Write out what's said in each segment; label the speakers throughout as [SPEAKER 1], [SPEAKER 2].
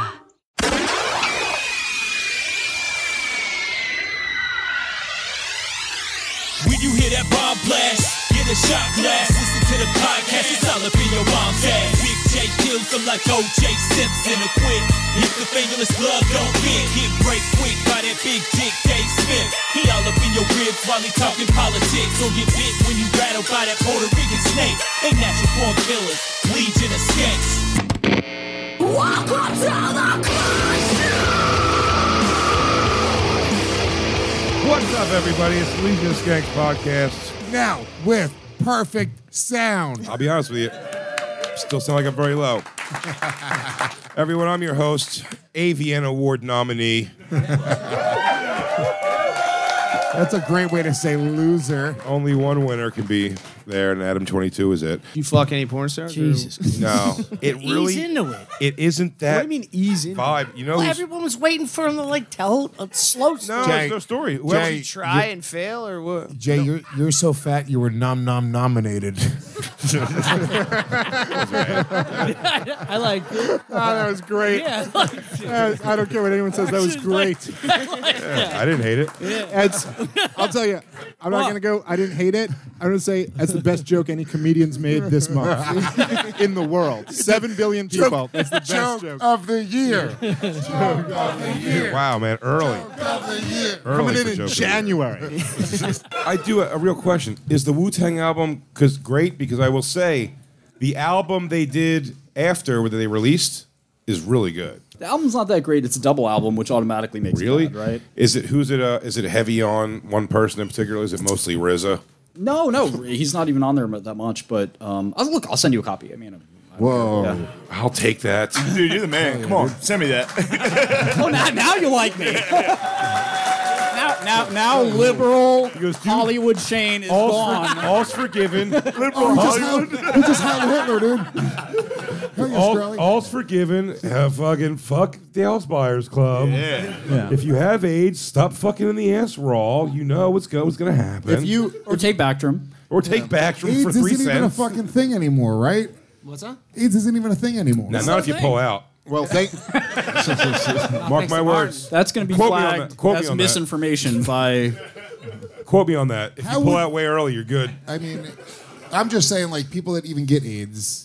[SPEAKER 1] When you hear that bomb blast, get a shot glass. Listen to the podcast, it's all up in your mom's ass. Big J kills them like OJ Simpson. A quick hit the fingerless glove, don't bend. Get break quick by that big dick Dave Smith. He all up in your ribs while he talking politics. Don't get bit when you rattled by that Puerto Rican snake. They natural born killers, legion of skanks.
[SPEAKER 2] What's up, everybody? It's the Legion of Skanks podcast.
[SPEAKER 3] Now with perfect sound.
[SPEAKER 2] I'll be honest with you, still sound like I'm very low. Everyone, I'm your host, AVN Award nominee.
[SPEAKER 3] That's a great way to say loser.
[SPEAKER 2] Only one winner can be there, and Adam 22 is it.
[SPEAKER 4] You fuck any porn stars?
[SPEAKER 5] Jesus. Christ.
[SPEAKER 2] No, it
[SPEAKER 5] Ease
[SPEAKER 2] really
[SPEAKER 5] into it.
[SPEAKER 2] It isn't that
[SPEAKER 4] What do you mean ease into
[SPEAKER 2] vibe. You know,
[SPEAKER 5] Well,
[SPEAKER 2] who's-
[SPEAKER 5] everyone was waiting for him to like tell a slow
[SPEAKER 2] no,
[SPEAKER 5] story.
[SPEAKER 3] Jay-
[SPEAKER 2] there's no story. Whoever-
[SPEAKER 3] Jay,
[SPEAKER 4] Try and fail or what?
[SPEAKER 3] Jay, you're you're so fat you were nom nom nominated.
[SPEAKER 5] I like
[SPEAKER 3] oh,
[SPEAKER 5] it.
[SPEAKER 3] that was great.
[SPEAKER 5] Yeah, I liked it.
[SPEAKER 3] Uh, I don't care what anyone says. That was
[SPEAKER 5] She's
[SPEAKER 3] great.
[SPEAKER 2] I didn't hate it.
[SPEAKER 3] That's- I'll tell you, I'm not gonna go. I didn't hate it. I'm gonna say that's the best joke any comedian's made this month in the world. Seven billion people. That's the best joke. Uh,
[SPEAKER 6] of the year.
[SPEAKER 2] Wow, man, early.
[SPEAKER 3] Coming
[SPEAKER 2] Early for
[SPEAKER 3] in in
[SPEAKER 2] Joker.
[SPEAKER 3] January.
[SPEAKER 2] I do a, a real question. Is the Wu Tang album because great? Because I will say, the album they did after whether they released is really good.
[SPEAKER 7] The album's not that great. It's a double album, which automatically makes
[SPEAKER 2] Really,
[SPEAKER 7] it bad, right?
[SPEAKER 2] Is it who's it? Uh, is it heavy on one person in particular? Is it mostly RZA?
[SPEAKER 7] No, no, he's not even on there that much. But um, I'll, look, I'll send you a copy. I mean, I'm-
[SPEAKER 6] Whoa.
[SPEAKER 2] I'll take that.
[SPEAKER 8] Dude, you're the man. Come on, send me that.
[SPEAKER 7] oh, now, now you like me.
[SPEAKER 5] Now, now, now, liberal Hollywood Shane is gone.
[SPEAKER 2] all's forgiven.
[SPEAKER 8] Liberal Hollywood.
[SPEAKER 3] We just had Hitler, dude. Hell yes, Crowley.
[SPEAKER 2] all's forgiven. Have fucking fuck Dale's Buyers Club. If you have AIDS, stop fucking in the ass raw. You know what's, go, what's gonna happen.
[SPEAKER 3] If you
[SPEAKER 7] or take Bactrim.
[SPEAKER 2] or take back from
[SPEAKER 3] AIDS
[SPEAKER 2] for three
[SPEAKER 3] isn't
[SPEAKER 2] cents.
[SPEAKER 3] even a fucking thing anymore, right?
[SPEAKER 5] What's that?
[SPEAKER 3] AIDS isn't even a thing anymore.
[SPEAKER 2] Now, not if you pull out.
[SPEAKER 6] Well, thank.
[SPEAKER 2] Mark my words.
[SPEAKER 7] That's going to be
[SPEAKER 2] Quote me on
[SPEAKER 7] flagged
[SPEAKER 2] that. Quote me
[SPEAKER 7] as
[SPEAKER 2] on that.
[SPEAKER 7] misinformation by.
[SPEAKER 2] Quote me on that. If
[SPEAKER 3] How
[SPEAKER 2] you pull
[SPEAKER 3] would-
[SPEAKER 2] out way early, Oh, you're good.
[SPEAKER 3] I mean, I'm just saying, like people that even get AIDS.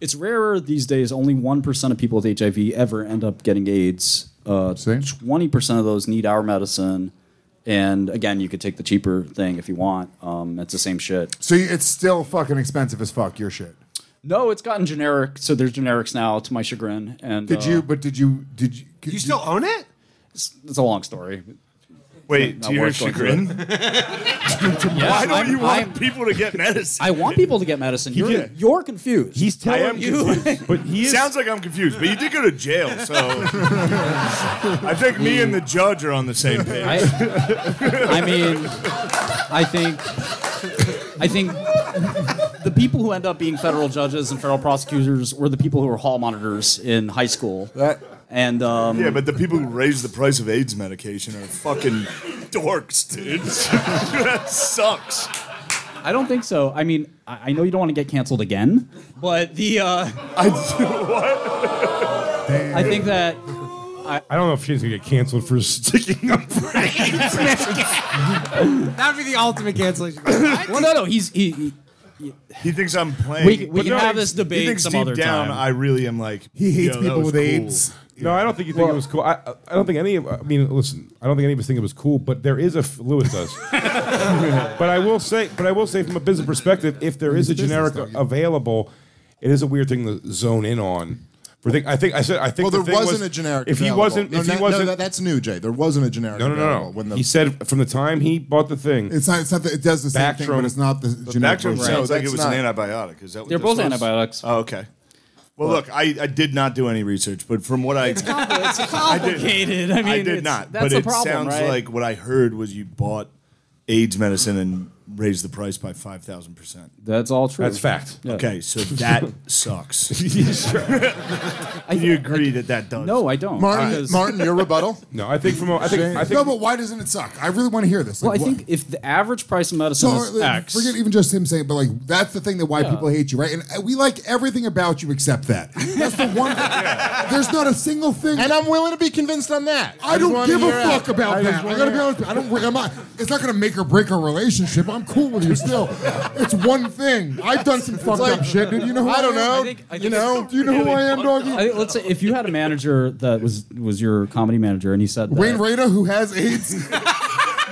[SPEAKER 7] It's rarer these days. Only one percent of people with HIV ever end up getting AIDS. Uh,
[SPEAKER 3] See?
[SPEAKER 7] Twenty percent of those need our medicine. And again, you could take the cheaper thing if you want. Um, it's the same shit.
[SPEAKER 3] So you- it's still fucking expensive as fuck. Your shit.
[SPEAKER 7] No, it's gotten generic. So there's generics now, to my chagrin. And
[SPEAKER 3] Did
[SPEAKER 7] uh,
[SPEAKER 3] you? But did you? Did you? could
[SPEAKER 5] You still own it?
[SPEAKER 7] It's a long story.
[SPEAKER 8] Wait,
[SPEAKER 7] Not
[SPEAKER 8] to your
[SPEAKER 7] worth going
[SPEAKER 8] chagrin.
[SPEAKER 7] Yeah,
[SPEAKER 8] Why don't
[SPEAKER 7] I'm-
[SPEAKER 8] you want
[SPEAKER 7] I'm-
[SPEAKER 8] people to get medicine?
[SPEAKER 7] I want people to get medicine. You're,
[SPEAKER 2] did.
[SPEAKER 7] you're confused.
[SPEAKER 2] He's telling
[SPEAKER 8] am
[SPEAKER 2] you, but he is.
[SPEAKER 8] Sounds like I'm confused, but you did go to jail, so I think me and the judge are on the same page.
[SPEAKER 7] I, I mean, I think, I think the people who end up being federal judges and federal prosecutors were the people who were hall monitors in high school. and um,
[SPEAKER 8] Yeah, but the people who raise the price of AIDS medication are fucking dorks, dude. that sucks.
[SPEAKER 7] I don't think so. I mean, I, I know you don't want to get canceled again, but the uh,
[SPEAKER 8] I what?
[SPEAKER 7] I think that
[SPEAKER 2] I don't know if she's gonna get canceled for sticking up for
[SPEAKER 5] That would be the ultimate cancellation. I
[SPEAKER 7] well, no, no, he's he. he
[SPEAKER 8] He thinks I'm playing.
[SPEAKER 7] we we
[SPEAKER 8] But
[SPEAKER 7] can
[SPEAKER 8] no,
[SPEAKER 7] have this
[SPEAKER 8] he
[SPEAKER 7] debate
[SPEAKER 8] thinks
[SPEAKER 7] some
[SPEAKER 8] deep
[SPEAKER 7] other
[SPEAKER 8] down
[SPEAKER 7] time.
[SPEAKER 8] I really am like
[SPEAKER 3] He hates
[SPEAKER 8] "Yo, that
[SPEAKER 3] people
[SPEAKER 8] was
[SPEAKER 3] with
[SPEAKER 8] cool."
[SPEAKER 3] AIDS.
[SPEAKER 2] No, I don't think you think it was cool. I, I- I don't think any of. I mean, listen, I don't think any of us think it was cool. But there is a f- Lewis does. but I will say, but I will say, from a business perspective, if there is a generic available, it is a weird thing to zone in on. For thing, I think I said I think.
[SPEAKER 6] Well,
[SPEAKER 2] the
[SPEAKER 6] there
[SPEAKER 2] thing
[SPEAKER 6] wasn't
[SPEAKER 2] was,
[SPEAKER 6] a generic.
[SPEAKER 2] If he
[SPEAKER 6] available.
[SPEAKER 2] wasn't,
[SPEAKER 6] no,
[SPEAKER 2] if
[SPEAKER 6] no,
[SPEAKER 2] he
[SPEAKER 6] no,
[SPEAKER 2] wasn't,
[SPEAKER 6] that- that's new, Jay. There wasn't a generic.
[SPEAKER 2] no, no, no, no.
[SPEAKER 6] available When the
[SPEAKER 2] he said from the time he bought the thing.
[SPEAKER 3] It's not. It's not. The, it does the same thing,
[SPEAKER 2] Bactrim-
[SPEAKER 3] but it's not the
[SPEAKER 8] Back
[SPEAKER 3] generic
[SPEAKER 8] to him
[SPEAKER 3] version.
[SPEAKER 8] sounds like it
[SPEAKER 6] That's
[SPEAKER 8] was
[SPEAKER 6] not-
[SPEAKER 8] an antibiotic. Is that what
[SPEAKER 7] They're
[SPEAKER 8] this
[SPEAKER 7] both
[SPEAKER 8] was?
[SPEAKER 7] antibiotics.
[SPEAKER 8] Oh, okay. Well, look, I, I did not do any research, but from what I
[SPEAKER 9] It's
[SPEAKER 8] complicated.
[SPEAKER 9] complicated. I, mean,
[SPEAKER 8] I did
[SPEAKER 9] it's-
[SPEAKER 8] not.
[SPEAKER 9] That's
[SPEAKER 8] but
[SPEAKER 9] the
[SPEAKER 8] it
[SPEAKER 9] problem,
[SPEAKER 8] sounds
[SPEAKER 9] right?
[SPEAKER 8] like what I heard was you bought AIDS medicine and raised the price by five thousand percent.
[SPEAKER 7] That's all true.
[SPEAKER 2] That's fact.
[SPEAKER 8] Okay, so that sucks.
[SPEAKER 7] I,
[SPEAKER 8] Do you agree that that does?
[SPEAKER 7] no, I don't.
[SPEAKER 5] Martin,
[SPEAKER 7] because-
[SPEAKER 5] Martin, your rebuttal.
[SPEAKER 2] No, I think from a, I think I think
[SPEAKER 5] no, but why doesn't it suck? I really want to hear this.
[SPEAKER 7] Well, I
[SPEAKER 5] Like, what-
[SPEAKER 7] think if the average price of medicine
[SPEAKER 5] So
[SPEAKER 7] is
[SPEAKER 5] uh,
[SPEAKER 7] X,
[SPEAKER 5] forget even just him saying, but like that's the thing that why people hate you, right? And uh, we like everything about you except that. That's the one. There's not a single thing.
[SPEAKER 3] And I'm willing to be convinced on that.
[SPEAKER 5] I don't
[SPEAKER 3] wanna
[SPEAKER 5] give a
[SPEAKER 3] hear out.
[SPEAKER 5] fuck about
[SPEAKER 3] I just
[SPEAKER 5] that. I
[SPEAKER 3] wanna
[SPEAKER 5] gotta be
[SPEAKER 3] hear out.
[SPEAKER 5] honest. with you. I don't. I'm not, it's not gonna make or break a relationship. I'm cool with you still. It's one thing. I've done some fucked up shit, dude. You know who I,
[SPEAKER 3] I don't
[SPEAKER 5] am?
[SPEAKER 3] know.
[SPEAKER 7] I think- I
[SPEAKER 5] you
[SPEAKER 7] think
[SPEAKER 5] know?
[SPEAKER 7] it's
[SPEAKER 5] Do you know who I am, doggy?
[SPEAKER 7] I think, let's say if you had a manager that was was your comedy manager and he said that,
[SPEAKER 5] Wayne Rada, who has AIDS.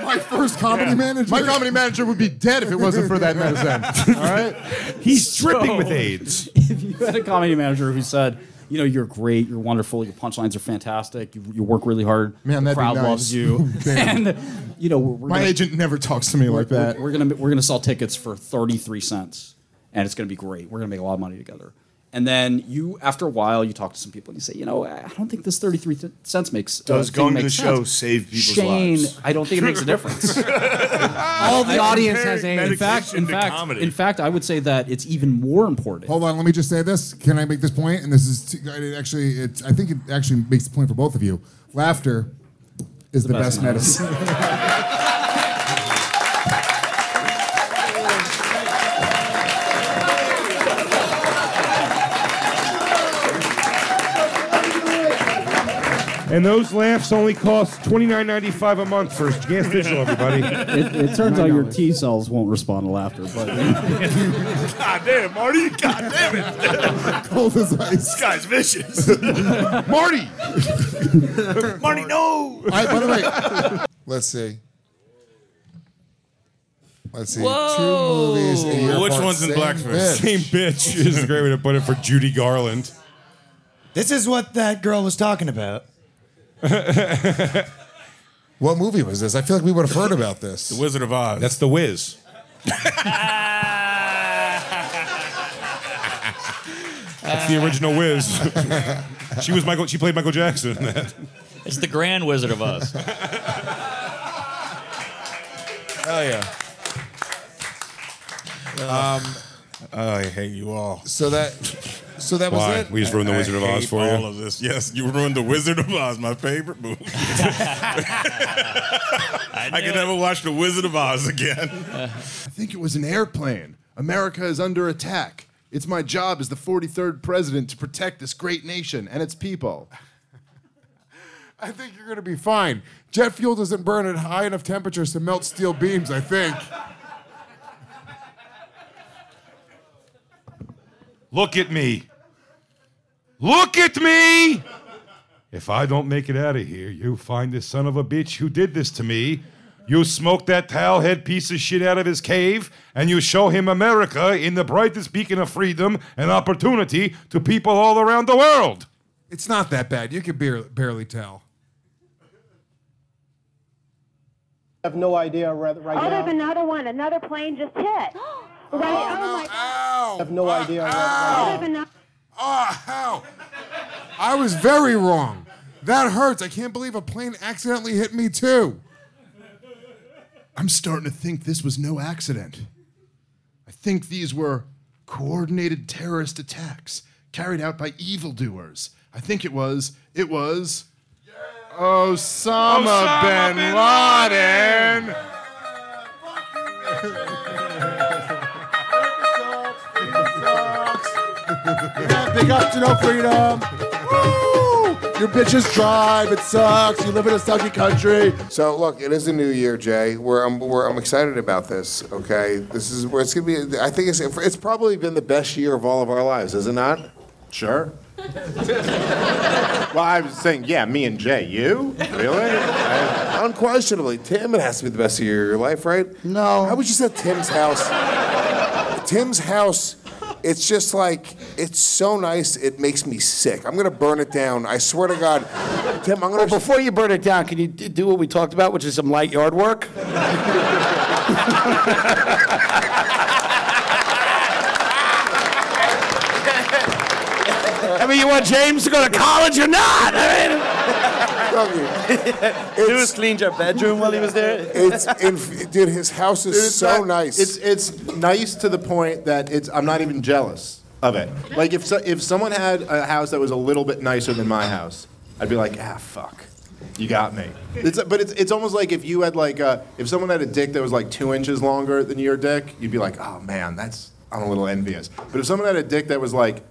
[SPEAKER 5] My first comedy manager.
[SPEAKER 3] My comedy manager would be dead if it wasn't for that medicine. All right?
[SPEAKER 2] he's dripping with AIDS.
[SPEAKER 7] if you had a comedy manager who said, you know, you're great, you're wonderful, your punchlines are fantastic, you, you work really hard,
[SPEAKER 5] Man,
[SPEAKER 7] the
[SPEAKER 5] that'd be
[SPEAKER 7] crowd
[SPEAKER 5] nice.
[SPEAKER 7] loves you, and you know, we're, we're
[SPEAKER 3] My
[SPEAKER 7] gonna,
[SPEAKER 3] agent never talks to me like
[SPEAKER 7] we're-
[SPEAKER 3] that.
[SPEAKER 7] We're, gonna we're gonna sell tickets for thirty three cents, and it's gonna be great. We're gonna make a lot of money together. And then you, after a while, you talk to some people and you say, you know, I I don't think this thirty three cents makes uh,
[SPEAKER 8] Does
[SPEAKER 7] thing
[SPEAKER 8] going to
[SPEAKER 7] makes
[SPEAKER 8] the show
[SPEAKER 7] sense.
[SPEAKER 8] save people's
[SPEAKER 7] Shane,
[SPEAKER 8] lives?
[SPEAKER 7] I don't think it makes a difference.
[SPEAKER 9] All the audience has
[SPEAKER 8] comparing
[SPEAKER 9] AIDS.
[SPEAKER 7] in fact, in
[SPEAKER 8] to
[SPEAKER 7] fact,
[SPEAKER 8] comedy.
[SPEAKER 7] in fact, I would say that it's even more important.
[SPEAKER 5] Hold on, let me just say this. Can I make this point? And this is too, it actually, it's, I think it actually makes the point for both of you. Laughter is the,
[SPEAKER 7] best
[SPEAKER 5] best, medicine.
[SPEAKER 2] And those laughs only cost twenty nine ninety five a month for gas digital, everybody.
[SPEAKER 7] It, it turns out your T cells won't respond to laughter, but
[SPEAKER 8] God damn, Marty! God damn it!
[SPEAKER 5] Cold as
[SPEAKER 8] This
[SPEAKER 5] ice.
[SPEAKER 8] guy's vicious.
[SPEAKER 5] Marty!
[SPEAKER 8] Marty, no.
[SPEAKER 5] I, by the way, let's see. Let's see. Two movies a year apart. Same bitch.
[SPEAKER 2] bitch is a great way to put it for Judy Garland.
[SPEAKER 1] This is what that girl was talking about.
[SPEAKER 5] What movie was this? I feel like we would have heard about this.
[SPEAKER 1] Wizard of Oz.
[SPEAKER 2] That's the whiz. That's
[SPEAKER 10] Ah.
[SPEAKER 2] the original whiz. she was Michael. She played Michael Jackson. in that.
[SPEAKER 10] It's the Grand Wizard of Oz.
[SPEAKER 1] Hell yeah. Um, I hate you all.
[SPEAKER 5] So that, so that was
[SPEAKER 2] Why?
[SPEAKER 5] it.
[SPEAKER 2] We just ruined the Wizard of
[SPEAKER 1] I
[SPEAKER 2] Oz
[SPEAKER 1] hate
[SPEAKER 2] for
[SPEAKER 1] all
[SPEAKER 2] you.
[SPEAKER 1] of this. Yes, you ruined the Wizard of Oz, my favorite movie. I
[SPEAKER 10] knew
[SPEAKER 1] could
[SPEAKER 10] it.
[SPEAKER 1] never watch the Wizard of Oz again.
[SPEAKER 3] I think it was an airplane. America is under attack. It's my job as the 43rd president to protect this great nation and its people.
[SPEAKER 5] I think you're gonna be fine. Jet fuel doesn't burn at high enough temperatures to melt steel beams. I think.
[SPEAKER 2] Look at me. Look at me. If I don't make it out of here, you find this son of a bitch who did this to me. You smoke that towel head piece of shit out of his cave, and you show him America in the brightest beacon of freedom and opportunity to people all around the world.
[SPEAKER 5] It's not that bad. You can barely, barely tell.
[SPEAKER 11] have no idea right, right
[SPEAKER 12] Oh,
[SPEAKER 11] now.
[SPEAKER 12] there's another one. Another plane just hit. right. Oh, my God.
[SPEAKER 5] Ow!
[SPEAKER 11] have no idea right,
[SPEAKER 12] Oh,
[SPEAKER 11] right
[SPEAKER 12] there's another-
[SPEAKER 5] Oh, ow! I was very wrong. That hurts. I can't believe a plane accidentally hit me too.
[SPEAKER 3] I'm starting to think this was no accident. I think these were coordinated terrorist attacks carried out by evildoers. I think it was, it was Osama, bin, Laden.
[SPEAKER 5] Big up to no freedom. Woo! Your bitches drive. It sucks. You live in a sucky country. So look, it is a new year, Jay. Where I'm, where I'm excited about this. Okay, this is where it's gonna be. I think it's, it's probably been the best year of all of our lives, is it not?
[SPEAKER 1] Sure. well, I was saying, yeah, me and Jay. You really?
[SPEAKER 5] Unquestionably, Tim, it has to be the best year of your life, right?
[SPEAKER 1] No.
[SPEAKER 5] I was just at Tim's house. Tim's house, it's just like, it's so nice, it makes me sick. I'm gonna burn it down. I swear to God. Tim, I'm gonna.
[SPEAKER 1] Before you burn it down, can you d- do what we talked about, which is some light yard work? mean, you want James to go to college or not?
[SPEAKER 13] I mean,
[SPEAKER 1] Lewis cleaned your bedroom while he was there.
[SPEAKER 13] It's in, dude. His house is
[SPEAKER 3] Dude, it's
[SPEAKER 13] so
[SPEAKER 3] not-
[SPEAKER 13] nice.
[SPEAKER 3] It's it's nice to the point that it's I'm not even jealous of it. Like if so, if someone had a house that was a little bit nicer than my house, I'd be like, ah, fuck, you got me. It's but it's it's almost like if you had like a, if someone had a dick that was like two inches longer than your dick, you'd be like, oh man, that's I'm a little envious. But if someone had a dick that was like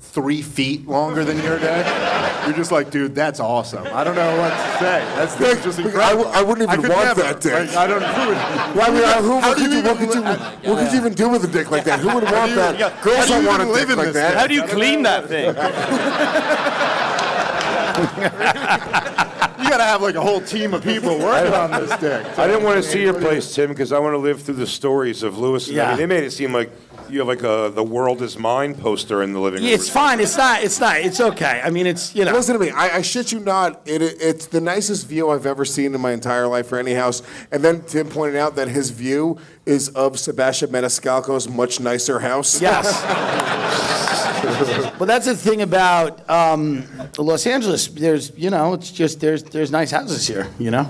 [SPEAKER 3] three feet longer than your dick, you're just like, dude, that's awesome. I don't know what to say. That's, that's just incredible.
[SPEAKER 13] I, I wouldn't
[SPEAKER 3] I
[SPEAKER 13] even
[SPEAKER 3] could
[SPEAKER 13] want
[SPEAKER 3] never.
[SPEAKER 13] that dick.
[SPEAKER 3] Like, I don't. Who would,
[SPEAKER 13] Why would I? Who,
[SPEAKER 3] How
[SPEAKER 13] what
[SPEAKER 3] do
[SPEAKER 13] could you,
[SPEAKER 3] even
[SPEAKER 13] what could you, what could you even do with a dick like that? Who would
[SPEAKER 3] How do
[SPEAKER 13] want
[SPEAKER 3] you-
[SPEAKER 13] that?
[SPEAKER 3] yeah, how
[SPEAKER 13] Girls
[SPEAKER 3] do you
[SPEAKER 13] don't want a
[SPEAKER 3] even live
[SPEAKER 13] dick
[SPEAKER 3] in
[SPEAKER 13] like
[SPEAKER 3] this
[SPEAKER 13] that.
[SPEAKER 3] thing? How do you
[SPEAKER 1] Clean that thing.
[SPEAKER 3] You gotta have like a whole team of people working on this dick.
[SPEAKER 14] I didn't want to see your place, Tim, because I want to live through the stories of Lewis. And I mean,
[SPEAKER 1] Yeah.
[SPEAKER 14] they made it seem like you have like a "The World Is Mine" poster in the living room.
[SPEAKER 1] It's fine. It's not. It's not. It's okay. I mean, it's you know.
[SPEAKER 13] Listen to me. I, I shit you not. It, it, it's the nicest view I've ever seen in my entire life for any house. And then Tim pointed out that his view is of Sebastian Maniscalco's much nicer house.
[SPEAKER 1] Yes. Well, that's the thing about um, Los Angeles. There's, you know, it's just there's there's nice houses here. You know,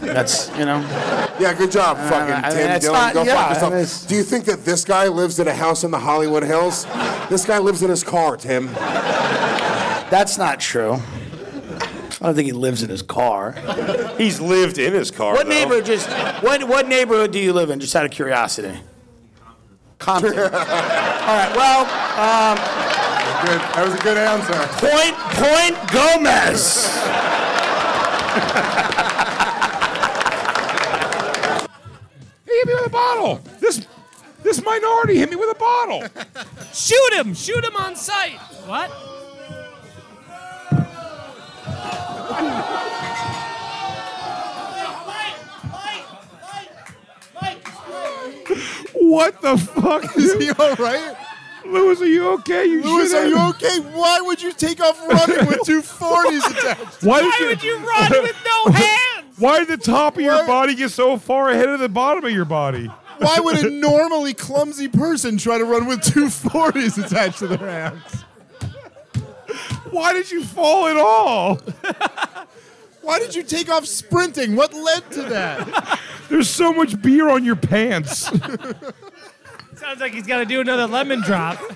[SPEAKER 1] that's you know.
[SPEAKER 13] Yeah, good job,
[SPEAKER 1] Uh,
[SPEAKER 13] fucking
[SPEAKER 1] I mean,
[SPEAKER 13] Tim
[SPEAKER 1] it's
[SPEAKER 13] Dillon.
[SPEAKER 1] not-
[SPEAKER 13] Go
[SPEAKER 1] yeah, I
[SPEAKER 13] fuck yourself.
[SPEAKER 1] mean, it's-
[SPEAKER 13] Do you think that this guy lives in a house in the Hollywood Hills? This guy lives in his car, Tim.
[SPEAKER 1] That's not true. I don't think he lives in his car.
[SPEAKER 14] He's lived in his car.
[SPEAKER 1] What
[SPEAKER 14] though.
[SPEAKER 1] neighborhood? Just what what neighborhood do you live in? Just out of curiosity. Compton. All right. Well, um,
[SPEAKER 3] that was a good answer.
[SPEAKER 1] Point Point Gomez.
[SPEAKER 2] He hit me with a bottle. This this minority hit me with a bottle.
[SPEAKER 15] Shoot him! Shoot him on sight! What?
[SPEAKER 2] What the fuck? Is he all right? Lewis, are you okay? You
[SPEAKER 16] Lewis,
[SPEAKER 2] shit
[SPEAKER 16] are you
[SPEAKER 2] out.
[SPEAKER 16] okay? Why would you take off running with two 40s attached?
[SPEAKER 2] Why, would, you, run with no hands? Why did the top of your body get so far ahead of the bottom of your body?
[SPEAKER 16] Why would a normally clumsy person try to run with two 40s attached to their hands?
[SPEAKER 2] Why did you fall at all?
[SPEAKER 16] Why did you take off sprinting? What led to that?
[SPEAKER 2] There's so much beer on your pants.
[SPEAKER 15] Sounds like he's got to do another lemon drop. Stop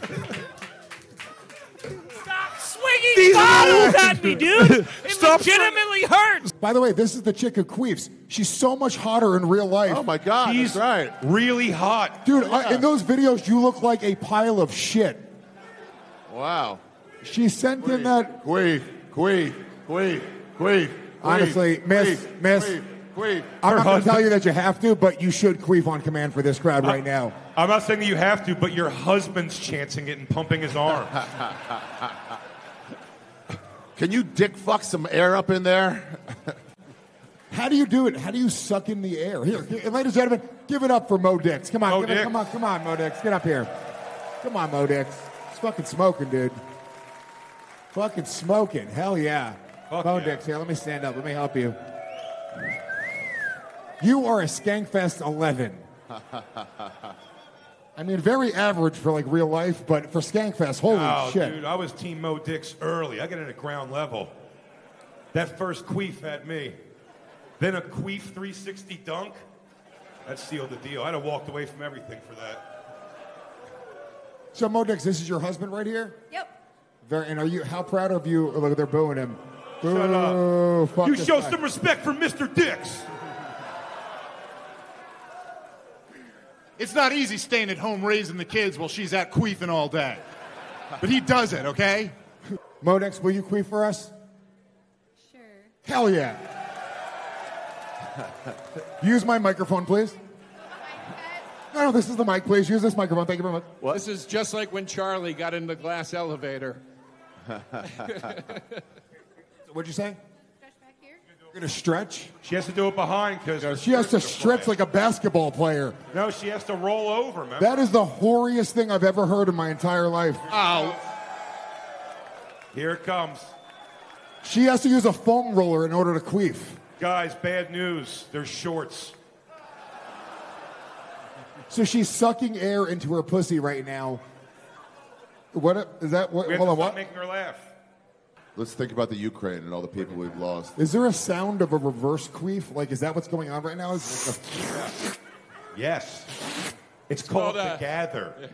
[SPEAKER 15] swinging
[SPEAKER 2] These
[SPEAKER 15] bottles
[SPEAKER 2] are-
[SPEAKER 15] at me, dude! It legitimately hurts!
[SPEAKER 5] By the way, this is the chick who queefs. She's so much hotter in real life. Oh my god,
[SPEAKER 2] She's
[SPEAKER 5] right.
[SPEAKER 2] really hot,
[SPEAKER 5] dude. I, in those videos, you look like a pile of shit.
[SPEAKER 3] Wow.
[SPEAKER 5] She sent in that.
[SPEAKER 3] Queef, queef, queef, queef.
[SPEAKER 5] Honestly, miss, miss.
[SPEAKER 3] queef.
[SPEAKER 5] I'm not going
[SPEAKER 2] husband-
[SPEAKER 5] to tell you that you have to, but you should queef on command for this crowd right now.
[SPEAKER 2] I'm not saying that you have to, but your husband's chancing it and pumping his arm.
[SPEAKER 3] Can you dick fuck some air up in there?
[SPEAKER 5] How do you do it? How do you suck in the air? Here, here- and ladies and gentlemen, give it up for Mo Dix. Come on,
[SPEAKER 2] Mo
[SPEAKER 5] give
[SPEAKER 2] Dix.
[SPEAKER 5] It, come on, come on, Mo Dix, get up here. Come on, Mo Dix. It's fucking smoking, dude. Fucking smoking. Hell yeah. Mo Dix, here, let me stand up. Let me help you. You are a Skankfest 11. I mean, very average for like real life, but for Skankfest, holy
[SPEAKER 2] oh,
[SPEAKER 5] shit.
[SPEAKER 2] dude, I was Team Mo Dix early. I got in at ground level. That first queef had me. Then a queef 360 dunk. That sealed the deal. I'd have walked away from everything for that.
[SPEAKER 5] So, Mo Dix, this is your husband right here?
[SPEAKER 17] Yep.
[SPEAKER 5] Very, and are you, how proud of you? Look, they're booing him.
[SPEAKER 2] Shut
[SPEAKER 5] Boo,
[SPEAKER 2] up.
[SPEAKER 5] fuck
[SPEAKER 2] you
[SPEAKER 5] this
[SPEAKER 2] show
[SPEAKER 5] guy.
[SPEAKER 2] some respect for Mr. Dix.
[SPEAKER 16] It's not easy staying at home raising the kids while she's out queefing all day. But he does it, okay?
[SPEAKER 5] Modex, will you queef for us? Sure. Hell yeah. Use my microphone, please. No, no, this is the mic, please. Use this microphone. Thank you very much.
[SPEAKER 18] This is just like when Charlie got in the glass elevator.
[SPEAKER 5] What'd you say? You're going to stretch?
[SPEAKER 2] She has to do it behind because
[SPEAKER 5] She has to stretch like a basketball player.
[SPEAKER 2] No, she has to roll over, man.
[SPEAKER 5] That is the hoariest thing I've ever heard in my entire life.
[SPEAKER 2] Ow. Here it comes.
[SPEAKER 5] She has to use a foam roller in order to queef.
[SPEAKER 2] Guys, bad news. They're shorts.
[SPEAKER 5] So she's sucking air into her pussy right now. What is that? What,
[SPEAKER 2] We have
[SPEAKER 5] hold
[SPEAKER 2] to
[SPEAKER 5] on. What
[SPEAKER 2] stop making her laugh.
[SPEAKER 6] Let's think about the Ukraine and all the people we've lost.
[SPEAKER 5] is there a sound of a reverse queef? Like, is that what's going on right now? Is it like
[SPEAKER 2] Yes. It's, called,
[SPEAKER 5] called,
[SPEAKER 2] the
[SPEAKER 5] uh,
[SPEAKER 2] gather.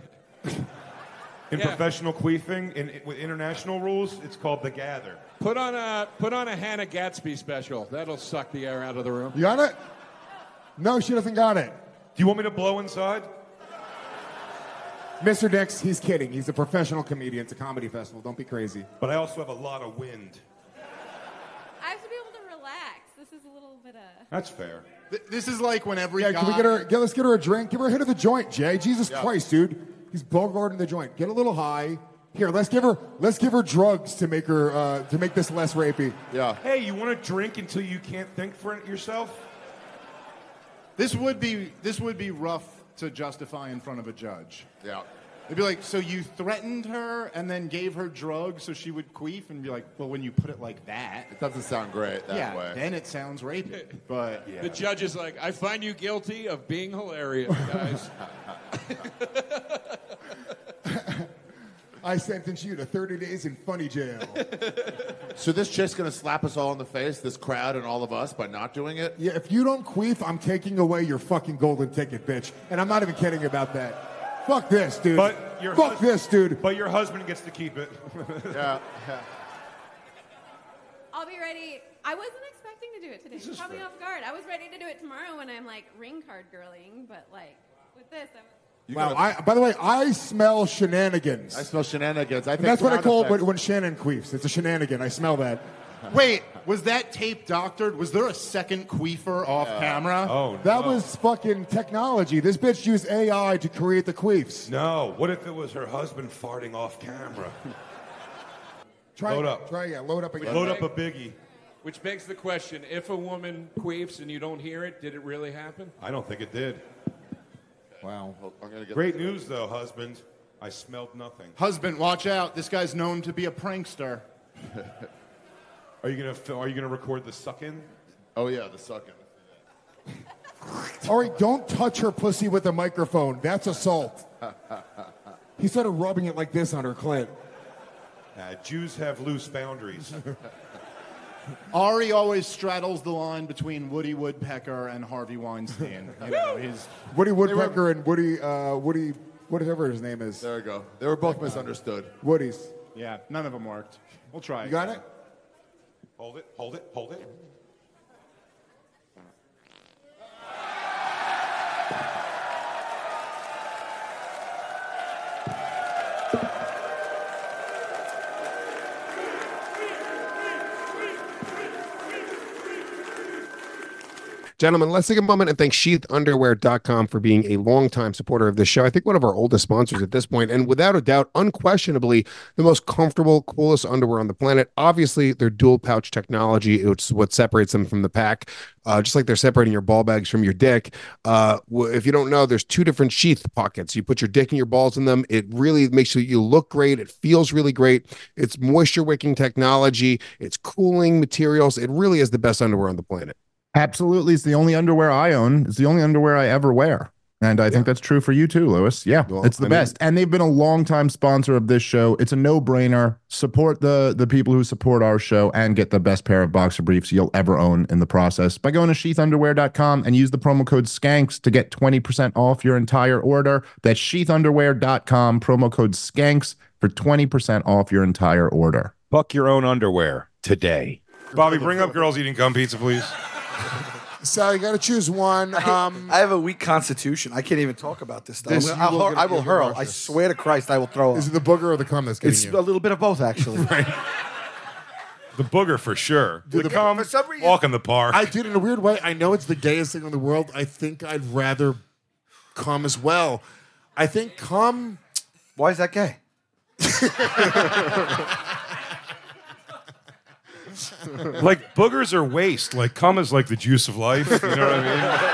[SPEAKER 2] In professional queefing, in, with international rules, it's called the gather.
[SPEAKER 18] Put on a put on a Hannah Gatsby special. That'll suck the air out of the room.
[SPEAKER 5] a- you got it? No, she doesn't got it.
[SPEAKER 2] Do you want me to blow inside?
[SPEAKER 5] Mr. Dix, he's kidding. He's a professional comedian. It's a comedy festival. Don't be crazy.
[SPEAKER 2] But I also have a lot of wind.
[SPEAKER 19] I have to be able to relax. This is a little bit of.
[SPEAKER 2] That's fair.
[SPEAKER 3] this is like when every
[SPEAKER 5] Yeah,
[SPEAKER 3] guy.
[SPEAKER 5] can we get her? Get, let's get her a drink. Give her a hit of the joint, Jay. Jesus
[SPEAKER 3] Yeah.
[SPEAKER 5] Christ, dude. He's bogarting the joint. Get a little high. Here, let's give her. Let's give her drugs to make her uh, to make this less rapey.
[SPEAKER 6] Yeah.
[SPEAKER 2] Hey, you want to drink until you can't think for it yourself?
[SPEAKER 3] This would be this would be rough to justify in front of a judge.
[SPEAKER 6] Yeah.
[SPEAKER 3] They'd be like, so you threatened her and then gave her drugs so she would queef, and be like, well, when you put it like that,
[SPEAKER 6] It doesn't sound great that
[SPEAKER 3] yeah,
[SPEAKER 6] way.
[SPEAKER 3] then it sounds rapey. But
[SPEAKER 18] The judge is like, I find you guilty of being hilarious, guys.
[SPEAKER 5] I sentence you to 30 days in funny jail.
[SPEAKER 6] So this chick's gonna slap us all in the face, this crowd and all of us, by not doing it.
[SPEAKER 5] yeah, if you don't queef, I'm taking away your fucking golden ticket, bitch. And I'm not even kidding about that. Fuck this, dude.
[SPEAKER 2] But your
[SPEAKER 5] Fuck
[SPEAKER 2] hus-
[SPEAKER 5] this, dude.
[SPEAKER 2] But your husband gets to keep it.
[SPEAKER 6] yeah.
[SPEAKER 19] I'll be ready. I wasn't expecting to do it today.
[SPEAKER 6] is
[SPEAKER 19] Caught me
[SPEAKER 6] fair.
[SPEAKER 19] off guard. I was ready to do it tomorrow when I'm like ring card girling, but like with this, I was.
[SPEAKER 5] wow. I, by the way, I smell shenanigans.
[SPEAKER 6] I smell shenanigans. I
[SPEAKER 5] And
[SPEAKER 6] think
[SPEAKER 5] that's what I
[SPEAKER 6] sound
[SPEAKER 5] call it
[SPEAKER 6] effects-
[SPEAKER 5] when, when Shannon queefs. It's a shenanigan. I smell that.
[SPEAKER 3] wait, was that tape doctored? Was there a second queefer off camera?
[SPEAKER 2] Oh,
[SPEAKER 5] That was fucking technology. This bitch used AI to create the queefs.
[SPEAKER 2] No. What if it was her husband farting off camera?
[SPEAKER 5] Try,
[SPEAKER 2] Load up.
[SPEAKER 5] Try, yeah, load up again.
[SPEAKER 2] Load up a biggie.
[SPEAKER 18] Which begs the question: If a woman queefs and you don't hear it, did it really happen?
[SPEAKER 2] I don't think it did.
[SPEAKER 5] Wow.
[SPEAKER 6] I'm gonna get
[SPEAKER 2] Great news, though, husband. I smelled nothing.
[SPEAKER 3] Husband, watch out. This guy's known to be a prankster.
[SPEAKER 2] Are you gonna fil- Are you gonna record the suck in?
[SPEAKER 6] Oh yeah, the suck in.
[SPEAKER 5] All right, don't touch her pussy with a microphone. That's assault. He started rubbing it like this on her clit.
[SPEAKER 2] Uh, Jews have loose boundaries.
[SPEAKER 3] Ari always straddles the line between Woody Woodpecker and Harvey Weinstein. You know, he's,
[SPEAKER 5] Woody Woodpecker and Woody, uh, Woody, whatever his name is.
[SPEAKER 6] There we go. They were both misunderstood.
[SPEAKER 5] Woody's.
[SPEAKER 3] yeah, none of them worked. We'll try.
[SPEAKER 5] You got it?
[SPEAKER 2] hold it. Hold it. Hold it.
[SPEAKER 20] Gentlemen, let's take a moment and thank sheathunderwear.com for being a longtime supporter of this show. I think one of our oldest sponsors at this point, and without a doubt, unquestionably, the most comfortable, coolest underwear on the planet. Obviously, their dual pouch technology, which is what separates them from the pack, uh, just like they're separating your ball bags from your dick. Uh, w- if you don't know, there's two different sheath pockets. You put your dick and your balls in them. It really makes you, you look great. It feels really great. It's moisture wicking technology, it's cooling materials. It really is the best underwear on the planet.
[SPEAKER 21] Absolutely. It's the only underwear I own. It's the only underwear I ever wear. And I think that's true for you too, Lewis. Yeah, it's the
[SPEAKER 20] I mean-
[SPEAKER 21] best. and they've been a longtime sponsor of this show. It's a no-brainer. Support the the people who support our show and get the best pair of boxer briefs you'll ever own in the process by going to sheathunderwear.com and use the promo code SKANKS to get 20% off your entire order. That's sheathunderwear.com, promo code SKANKS for 20% off your entire order.
[SPEAKER 2] Buck your own underwear today. Bobby, bring up girls eating gum pizza, please.
[SPEAKER 5] Sal, you got to choose one. Um,
[SPEAKER 22] I have a weak constitution. I can't even talk about this stuff.
[SPEAKER 5] This
[SPEAKER 22] I'm
[SPEAKER 5] you
[SPEAKER 22] gonna- I'll
[SPEAKER 5] will
[SPEAKER 22] hur-
[SPEAKER 5] get-
[SPEAKER 22] I will
[SPEAKER 5] you'll get
[SPEAKER 22] hurl. I
[SPEAKER 5] nauseous.
[SPEAKER 22] swear to Christ, I will throw up.
[SPEAKER 5] Is it the booger or the cum that's getting
[SPEAKER 22] It's
[SPEAKER 5] you?
[SPEAKER 22] a little bit of both, actually.
[SPEAKER 2] The booger for sure. the cum, walk in the park.
[SPEAKER 6] I did in a weird way. I know it's the gayest thing in the world. I think I'd rather cum as well. I think cum.
[SPEAKER 22] Why is that gay?
[SPEAKER 2] like boogers are waste. Like cum is like the juice of life. You know what I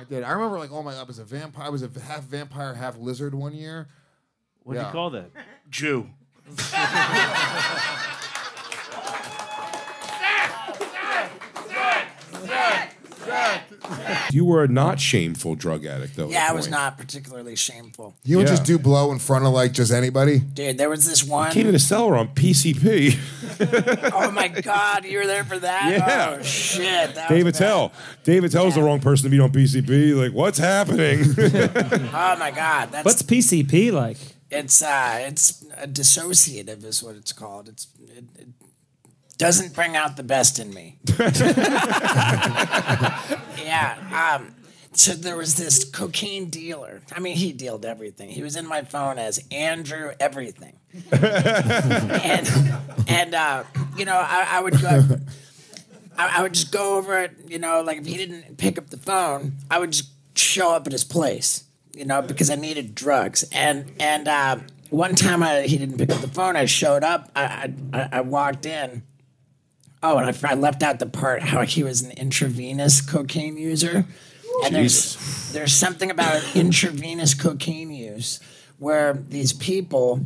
[SPEAKER 5] I did. I remember, like, oh my god, I was a vampire. I was a half vampire, half lizard one year.
[SPEAKER 23] What do you call that?
[SPEAKER 5] Jew.
[SPEAKER 2] You were a not shameful drug addict, though. at
[SPEAKER 24] Yeah,
[SPEAKER 2] that
[SPEAKER 24] it was
[SPEAKER 2] point.
[SPEAKER 24] not particularly shameful.
[SPEAKER 25] You would
[SPEAKER 2] Yeah.
[SPEAKER 25] just do blow in front of like just anybody.
[SPEAKER 24] Dude, there was this
[SPEAKER 2] I
[SPEAKER 24] one
[SPEAKER 2] came in a cellar on PCP.
[SPEAKER 24] oh my God, you were there for that?
[SPEAKER 2] Yeah.
[SPEAKER 24] Oh, shit. That
[SPEAKER 2] Dave
[SPEAKER 24] was
[SPEAKER 2] Attell. Dave Attell's the wrong person to be on PCP. Like, what's happening?
[SPEAKER 24] bad. Oh my God. That's,
[SPEAKER 4] What's PCP like?
[SPEAKER 24] it's, uh, it's a dissociative, is what it's called. It's, it, it doesn't bring out the best in me. yeah. Um, so there was this cocaine dealer. I mean, he dealed everything. He was in my phone as Andrew Everything. and and uh, you know, I, I would go. I, I would just go over it. You know, like if he didn't pick up the phone, I would just show up at his place. You know, because I needed drugs. And and uh, one time I, he didn't pick up the phone. I showed up. I I, I walked in. Oh, and I, I left out the part how he was an intravenous cocaine user. And there's, there's something about intravenous cocaine use where these people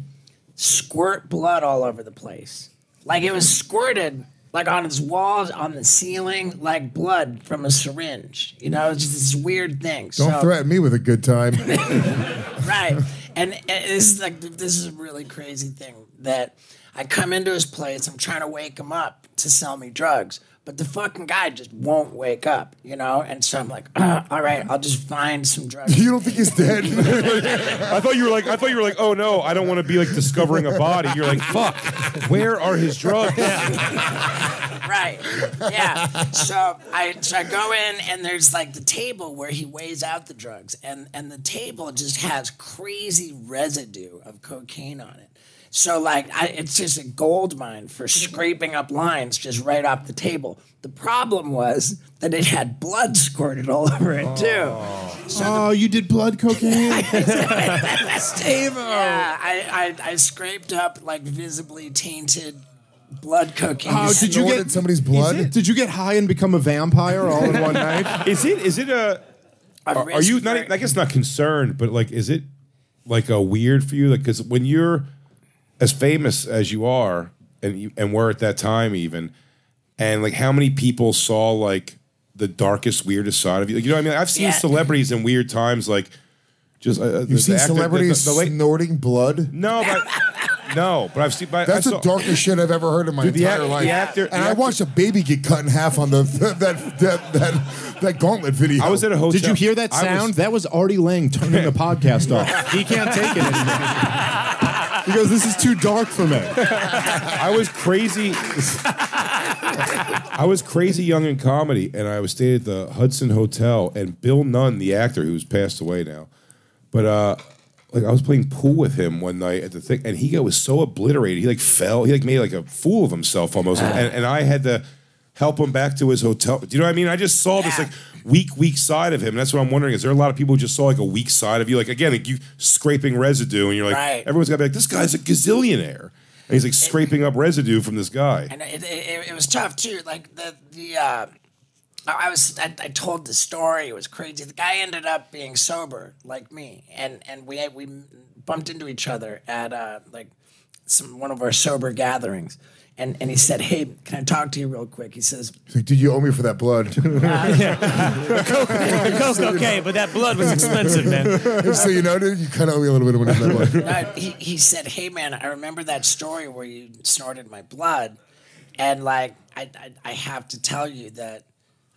[SPEAKER 24] squirt blood all over the place. Like it was squirted like on his walls, on the ceiling, like blood from a syringe. You know, it's just this weird thing.
[SPEAKER 25] Don't
[SPEAKER 24] so,
[SPEAKER 25] threaten me with a good time.
[SPEAKER 24] right. And it- this is like this is a really crazy thing that I come into his place. I'm trying to wake him up to sell me drugs, but the fucking guy just won't wake up. You know, and so I'm like, "Ah, all right, I'll just find some drugs.
[SPEAKER 25] you don't think he's dead?
[SPEAKER 2] I thought you were like, I thought you were like, oh no, I don't want to be like discovering a body. You're like, fuck, where are his drugs?
[SPEAKER 24] right. Yeah. So I so I go in and there's like the table where he weighs out the drugs and and the table just has crazy residue of cocaine on it. So like I, it's just a gold mine for scraping up lines just right off the table. The problem was that it had blood squirted all over it too.
[SPEAKER 6] oh, you did blood cocaine?
[SPEAKER 24] Steve. Yeah, I, I I scraped up like visibly tainted blood cocaine.
[SPEAKER 3] Oh,
[SPEAKER 25] somebody's
[SPEAKER 6] blood? did you get high and become a vampire all in one night?
[SPEAKER 2] Is it? Is it a? Are, are you not? I guess not concerned, but like, is it like a weird for you? Like, because when you're as famous as you are, and you, and were at that time even, and like, how many people saw like the darkest, weirdest side of you? Like, you know what I mean? I've seen
[SPEAKER 25] Yeah.
[SPEAKER 2] celebrities in weird times, like just uh,
[SPEAKER 25] You've seen celebrities snorting blood?
[SPEAKER 2] No, but no, but I've seen. But
[SPEAKER 25] That's
[SPEAKER 2] I
[SPEAKER 25] the
[SPEAKER 2] saw,
[SPEAKER 25] darkest shit I've ever heard in my
[SPEAKER 2] Dude, the
[SPEAKER 25] entire
[SPEAKER 2] act-
[SPEAKER 25] life.
[SPEAKER 2] the actor-
[SPEAKER 25] and
[SPEAKER 2] the
[SPEAKER 25] I
[SPEAKER 2] actor-
[SPEAKER 25] watched a baby get cut in half on the that that that, that gauntlet video.
[SPEAKER 2] I was at a hotel.
[SPEAKER 3] Did you hear that
[SPEAKER 25] I was-
[SPEAKER 3] sound? That was Artie Lang turning the podcast off. He can't take it anymore. Because this is too dark for me.
[SPEAKER 2] I was crazy. I was crazy young in comedy, and I was stayed at the Hudson Hotel, and Bill Nunn, the actor who's passed away now, but uh, like I was playing pool with him one night at the thing, and he was so obliterated, he like fell, he like made like a fool of himself almost, and, and I had to help him back to his hotel. Do you know what I mean? I just saw this like weak, weak side of him, and that's what I'm wondering: is there a lot of people who just saw like a weak side of you? Like again, like you scraping residue, and you're like,
[SPEAKER 24] Right.
[SPEAKER 2] everyone's got to be like, this guy's a gazillionaire. And he's like scraping up residue from this guy.
[SPEAKER 24] and it, it, it was tough too. Like the the uh, I I was I, I told the story. It was crazy. The guy ended up being sober, like me, and and we we bumped into each other at uh, like some one of our sober gatherings, and and he said, "Hey, can I talk to you real quick?" He says,
[SPEAKER 25] He's like, dude, you owe me for that blood.
[SPEAKER 4] Coke's okay, but that blood was expensive, man.
[SPEAKER 25] Just so you know, dude, you kind of owe me a little bit of money for that blood.
[SPEAKER 24] No, he, he said, "Hey man, I remember that story where you snorted my blood, and like I I, I have to tell you that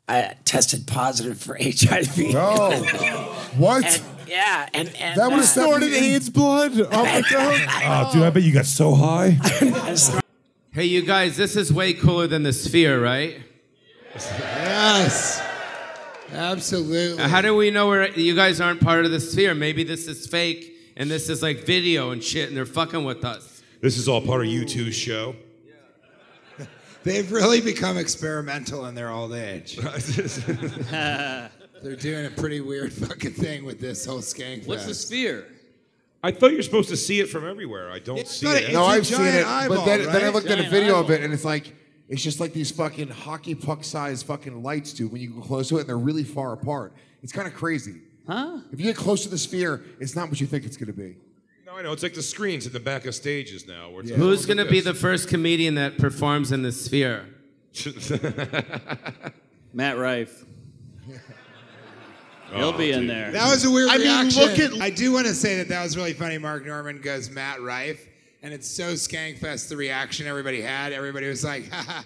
[SPEAKER 24] I tested positive for HIV."
[SPEAKER 25] No. Oh. What?
[SPEAKER 24] And- yeah, and, and
[SPEAKER 25] That would've
[SPEAKER 24] uh,
[SPEAKER 25] started AIDS blood. Oh my god.
[SPEAKER 2] Oh, dude, I bet you got so high.
[SPEAKER 26] Hey, you guys, this is way cooler than the sphere, right?
[SPEAKER 27] Yes. Absolutely.
[SPEAKER 26] Now, how do we know we're, you guys aren't part of the sphere? Maybe this is fake and this is like video and shit and they're fucking with us.
[SPEAKER 2] This is all part of you two's show.
[SPEAKER 27] They've really become experimental in their old age. They're doing a pretty weird fucking thing with this whole skank.
[SPEAKER 26] What's the
[SPEAKER 27] fest.
[SPEAKER 26] sphere?
[SPEAKER 2] I thought you're supposed to see it from everywhere. I don't see
[SPEAKER 27] not-
[SPEAKER 2] it.
[SPEAKER 27] it's
[SPEAKER 25] No, I've seen it,
[SPEAKER 27] eyeball,
[SPEAKER 25] but then, then I
[SPEAKER 27] right?
[SPEAKER 25] looked at a
[SPEAKER 27] Giant
[SPEAKER 25] video of
[SPEAKER 27] eyeball.
[SPEAKER 25] it, and it's like
[SPEAKER 6] It's just like these fucking hockey puck sized fucking lights, dude. When you go close to it, and they're really far apart. It's kind of crazy. Huh? If you get close to the sphere, it's not what you think it's gonna be.
[SPEAKER 2] No, I know. It's like the screens at the back of stages now. Where it's like,
[SPEAKER 26] Who's
[SPEAKER 2] oh,
[SPEAKER 26] going to
[SPEAKER 2] look
[SPEAKER 26] be
[SPEAKER 2] at
[SPEAKER 26] the first comedian that performs in the sphere?
[SPEAKER 2] this.
[SPEAKER 26] Matt Rife.
[SPEAKER 7] He'll be in there.
[SPEAKER 27] That was a weird I mean, reaction. look at- I do want to say that that was really funny. Mark Norman goes Matt Rife, and it's so skankfest the reaction everybody had. Everybody was like, ha ha.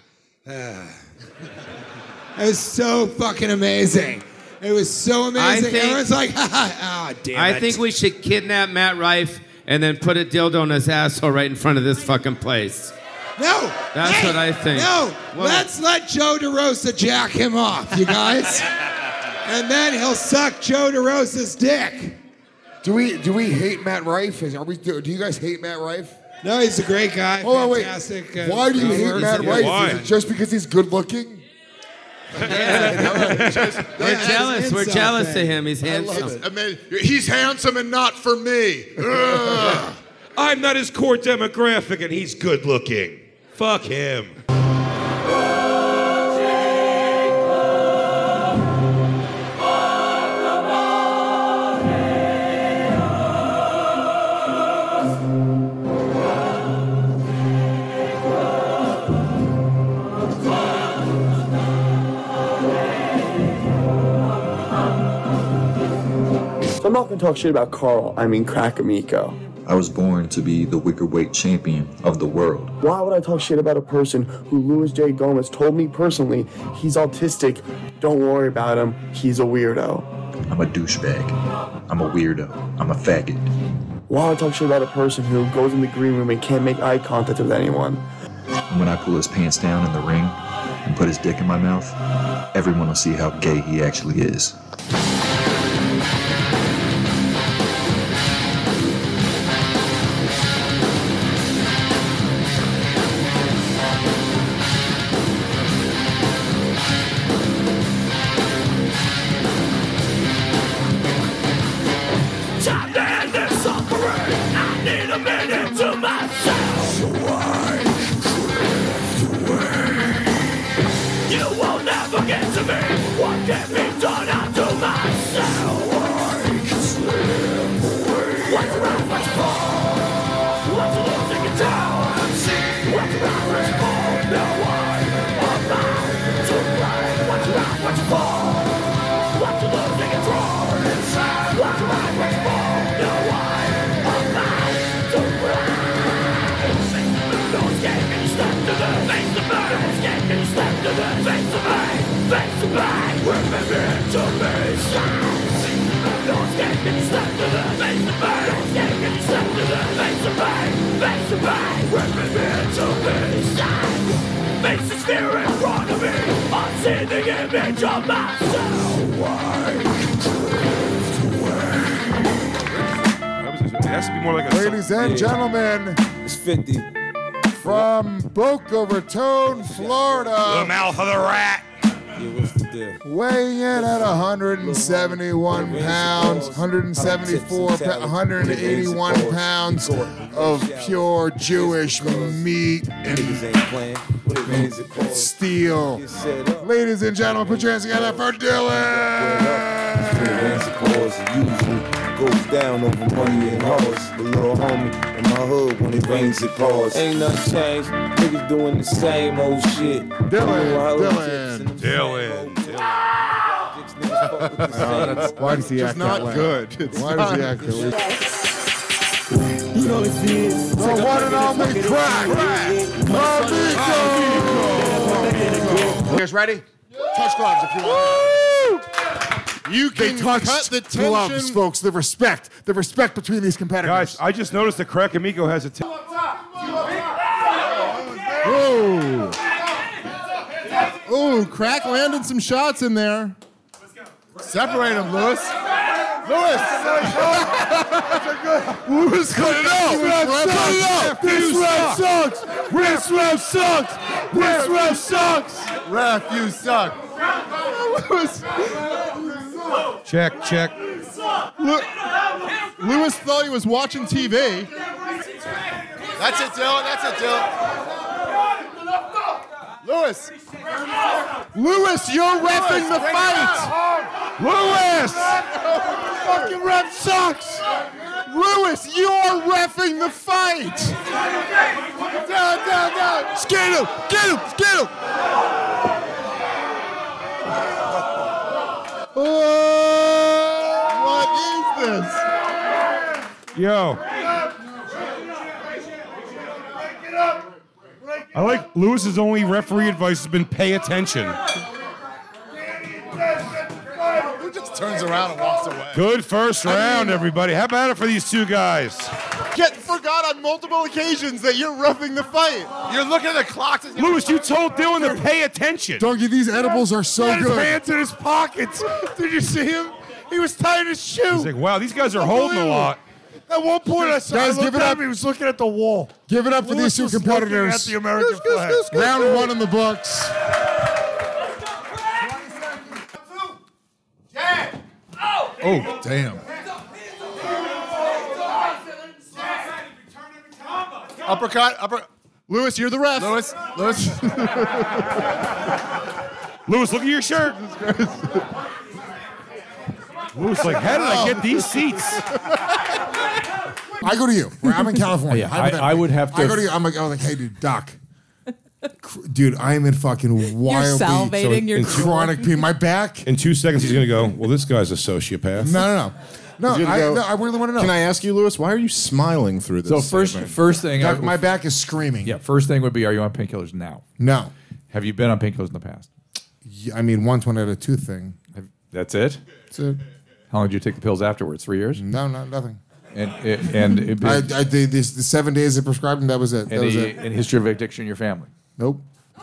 [SPEAKER 27] ah." It was so fucking amazing. It was so amazing.
[SPEAKER 28] think-
[SPEAKER 27] Everyone's like, ha ha. ah, damn
[SPEAKER 28] I
[SPEAKER 27] it.
[SPEAKER 28] think we should kidnap Matt Rife and then put a dildo in his asshole right in front of this fucking place.
[SPEAKER 27] No.
[SPEAKER 28] That's
[SPEAKER 27] Hey,
[SPEAKER 28] what I think.
[SPEAKER 27] No.
[SPEAKER 28] What-
[SPEAKER 27] Let's let Joe DeRosa jack him off, you guys. and then he'll suck Joe DeRosa's dick.
[SPEAKER 6] Do we do we hate Matt Rife? Is- Are we? Do do you guys hate Matt Rife?
[SPEAKER 27] No, he's a great guy.
[SPEAKER 6] Hold on, wait.
[SPEAKER 27] Fantastic, uh,
[SPEAKER 6] Why do you hate
[SPEAKER 27] drummer.
[SPEAKER 6] Matt Rife?
[SPEAKER 27] Why?
[SPEAKER 6] Is it just because he's good looking?
[SPEAKER 28] We're
[SPEAKER 27] That's
[SPEAKER 28] jealous. We're
[SPEAKER 27] insult
[SPEAKER 28] jealous
[SPEAKER 27] thing.
[SPEAKER 28] of him. He's handsome.
[SPEAKER 2] I mean, he's handsome and not for me. Ugh. I'm not his core demographic, and he's good looking. Fuck him.
[SPEAKER 29] So I'm not going to talk shit about Carl. I mean, Crackamico.
[SPEAKER 30] I was born to be the wickerweight champion of the world.
[SPEAKER 29] Why would I talk shit about a person who Louis J. Gomez told me personally he's autistic? Don't worry about him. He's a weirdo.
[SPEAKER 30] I'm a douchebag. I'm a weirdo. I'm a faggot.
[SPEAKER 29] Why would I talk shit about a person who goes in the green room and can't make eye contact with anyone?
[SPEAKER 30] And when I pull his pants down in the ring and put his dick in my mouth, everyone will see how gay he actually is.
[SPEAKER 1] Time to end this suffering. I need a minute to myself. So I drift away. You will never get to me. What can be done unto myself? So I slip away. What's wrong? What's wrong? What's losing it down? What's wrong? What's wrong? Now I'm about to play. What's wrong? What's wrong? What's losing it's wrong? What's right? What's wrong? Now I'm about to play. Don't escape, can you step to the face of me? Don't escape, can you step to the face of me? Face of me. Remember it to me. Don't escape, can you step to the face of me? Don't escape, can you step to the face of me? Face of me. Remember it to me. Face is fear in front of me. I see the image of myself.
[SPEAKER 31] It has to be more like a.
[SPEAKER 5] Ladies and gentlemen,
[SPEAKER 31] it's 50.
[SPEAKER 5] from Boca Raton, Florida.
[SPEAKER 1] The mouth of the rat. Yeah, what's the deal?
[SPEAKER 5] Weighing in at 171 pounds, 174, pa- 181 pounds of pure Jewish meat and steel. Ladies and gentlemen, put your hands together for
[SPEAKER 32] Dylan. Goes down over money and hoes. The little homie in my hood when it rains, it pours. Ain't nothing changed. Niggas doing the same old shit.
[SPEAKER 5] Dylan.
[SPEAKER 32] Dylan.
[SPEAKER 5] Dylan. Why does he
[SPEAKER 32] Oh, Just
[SPEAKER 5] act
[SPEAKER 32] not
[SPEAKER 5] that way?
[SPEAKER 32] good. It's
[SPEAKER 5] Why does he
[SPEAKER 32] not-
[SPEAKER 5] act that way?
[SPEAKER 1] You know it's this. The one and only crack.
[SPEAKER 5] You guys ready? Touch gloves if you want. You can cut the tension. gloves, folks. The respect, the respect between these competitors.
[SPEAKER 31] Guys, I just noticed that Crack Amico has a. T-
[SPEAKER 5] Whoa!
[SPEAKER 3] Ooh, crack landed some shots in there. Separate them, Lewis. Lewis! Lewis, cut it
[SPEAKER 1] Shut up! This rap sucks! This rap sucks! This rap sucks!
[SPEAKER 3] Ref, you suck. Lewis.
[SPEAKER 31] check, check.
[SPEAKER 3] Lew- Lewis thought he was watching TV.
[SPEAKER 1] That's it, Dylan. That's it, Dylan.
[SPEAKER 3] Lewis. Lewis, you're refing the fight. Lewis. Fucking ref sucks. Lewis, you're refing the fight. Down, down, down. Get him, get him, get him. Oh.
[SPEAKER 2] Yo. I like Lewis's only referee advice has been pay attention.
[SPEAKER 25] Who just turns around and walks away?
[SPEAKER 2] Good first round, everybody. How about it for these two guys?
[SPEAKER 1] Get forgot on multiple occasions that you're roughing the fight. You're looking at the clock.
[SPEAKER 2] Lewis, you told Dylan to pay attention.
[SPEAKER 1] Donkey, these edibles are so
[SPEAKER 2] Let his
[SPEAKER 1] good.
[SPEAKER 2] hands
[SPEAKER 1] in his pockets. Did you see him? He was tying his shoe.
[SPEAKER 2] He's like, wow, these guys are holding a lot.
[SPEAKER 1] At one point, I saw
[SPEAKER 2] Guys,
[SPEAKER 1] I
[SPEAKER 2] give
[SPEAKER 1] looked
[SPEAKER 2] it
[SPEAKER 1] at
[SPEAKER 2] up.
[SPEAKER 1] him. He was looking at the wall.
[SPEAKER 25] Give it up for these two
[SPEAKER 1] was looking
[SPEAKER 25] competitors.
[SPEAKER 1] At the American
[SPEAKER 25] Goose, goose,
[SPEAKER 1] flag.
[SPEAKER 25] goose, goose,
[SPEAKER 1] Round
[SPEAKER 25] goose.
[SPEAKER 1] one in the books.
[SPEAKER 25] Oh, damn.
[SPEAKER 1] Uppercut. Upper.
[SPEAKER 25] Lewis, you're the ref. Lewis, Lewis.
[SPEAKER 2] Lewis, look at your shirt. Lewis, like, how did I get these seats?
[SPEAKER 25] I go to you. Where I'm in California.
[SPEAKER 2] Yeah, I- I would have to-
[SPEAKER 25] I go to you. I'm like, I'm like, hey, dude, Doc. Cr- Dude, I am in fucking wild
[SPEAKER 2] salvating your
[SPEAKER 25] chronic pain. My back.
[SPEAKER 2] In two seconds, he's going to go, well, this guy's a sociopath.
[SPEAKER 25] No, no, no,
[SPEAKER 2] He's
[SPEAKER 25] no.
[SPEAKER 2] gonna
[SPEAKER 25] I,
[SPEAKER 2] go,
[SPEAKER 25] no I really want to know.
[SPEAKER 33] Can I ask you, Lewis? Why are you smiling through this?
[SPEAKER 34] So first-
[SPEAKER 33] statement?
[SPEAKER 34] first thing I-
[SPEAKER 25] Doc, my back is screaming.
[SPEAKER 34] Yeah, first thing would be, are you on painkillers now?
[SPEAKER 25] No.
[SPEAKER 34] Have you been on painkillers in the past?
[SPEAKER 25] Yeah, I mean, once one out of two thing.
[SPEAKER 34] That's it.
[SPEAKER 25] That's it.
[SPEAKER 34] How long did you take the pills afterwards? Three years?
[SPEAKER 25] No, not nothing.
[SPEAKER 34] And it, and it,
[SPEAKER 25] I, I did this, the seven days they prescribed, and that was it. That was
[SPEAKER 34] any,
[SPEAKER 25] it.
[SPEAKER 34] any history of addiction in your family?
[SPEAKER 25] Nope.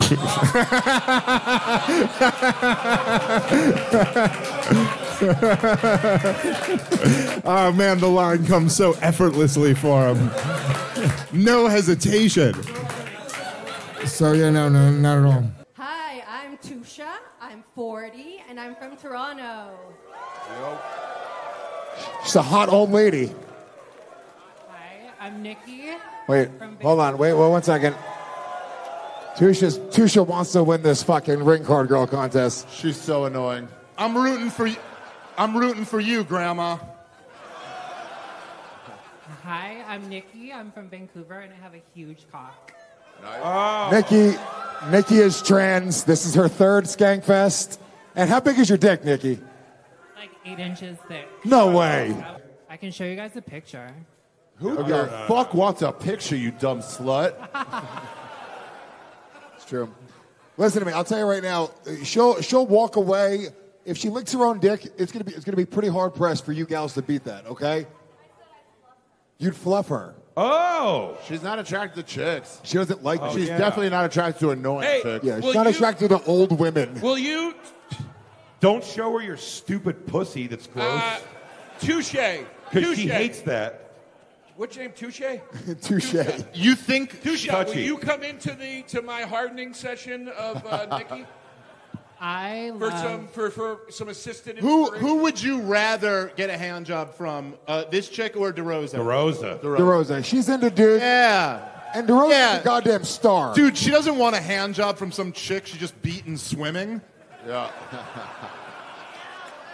[SPEAKER 33] oh man, the line comes so effortlessly for him. No hesitation.
[SPEAKER 25] So yeah, no, no, not at all.
[SPEAKER 35] Hi, I'm Tusha. I'm 40, and I'm from Toronto.
[SPEAKER 5] She's a hot old lady.
[SPEAKER 35] Hi, I'm Nikki.
[SPEAKER 5] Wait, hold on. Wait, wait one second. Tusha's, Tusha wants to win this fucking ring card girl contest.
[SPEAKER 1] She's so annoying. I'm rooting for you. I'm rooting for you, Grandma.
[SPEAKER 35] Hi, I'm Nikki. I'm from Vancouver, and I have a huge cock.
[SPEAKER 5] Nikki, Nikki is trans. This is her third Skankfest. And how big is your dick, Nikki?
[SPEAKER 35] Like eight inches thick.
[SPEAKER 5] No way.
[SPEAKER 35] I can show you guys a picture.
[SPEAKER 33] Who
[SPEAKER 35] the
[SPEAKER 33] fuck wants a picture, you dumb slut?
[SPEAKER 5] It's true. Listen to me. I'll tell you right now. She'll she'll walk away if she licks her own dick. It's gonna be it's gonna be pretty hard pressed for you gals to beat that. Okay. You'd fluff her.
[SPEAKER 2] Oh.
[SPEAKER 33] She's not attracted to chicks.
[SPEAKER 5] She doesn't like.
[SPEAKER 33] She's definitely not attracted to annoying
[SPEAKER 2] Hey,
[SPEAKER 33] chicks.
[SPEAKER 5] Yeah, she's
[SPEAKER 2] Will
[SPEAKER 5] not
[SPEAKER 2] you-
[SPEAKER 5] attracted to old women.
[SPEAKER 2] Will you? Don't show her your stupid pussy that's gross.
[SPEAKER 18] Touche.
[SPEAKER 2] Because she
[SPEAKER 18] Touche.
[SPEAKER 2] hates that.
[SPEAKER 18] What's your name? Touche.
[SPEAKER 5] Touche.
[SPEAKER 33] You think
[SPEAKER 18] Touche. Will
[SPEAKER 2] Touchy.
[SPEAKER 18] you come into the to my hardening session of uh, Nikki
[SPEAKER 35] I
[SPEAKER 18] for
[SPEAKER 35] love.
[SPEAKER 18] some for, for some assisted?
[SPEAKER 33] Who
[SPEAKER 18] inspiration?
[SPEAKER 33] who would you rather get a hand job from? Uh, this chick or DeRosa?
[SPEAKER 2] DeRosa.
[SPEAKER 5] DeRosa. She's into dudes.
[SPEAKER 33] Yeah.
[SPEAKER 5] And DeRosa's
[SPEAKER 33] Yeah.
[SPEAKER 5] a goddamn star.
[SPEAKER 33] Dude, she doesn't want a hand job from some chick she just beat in swimming.
[SPEAKER 2] Yeah.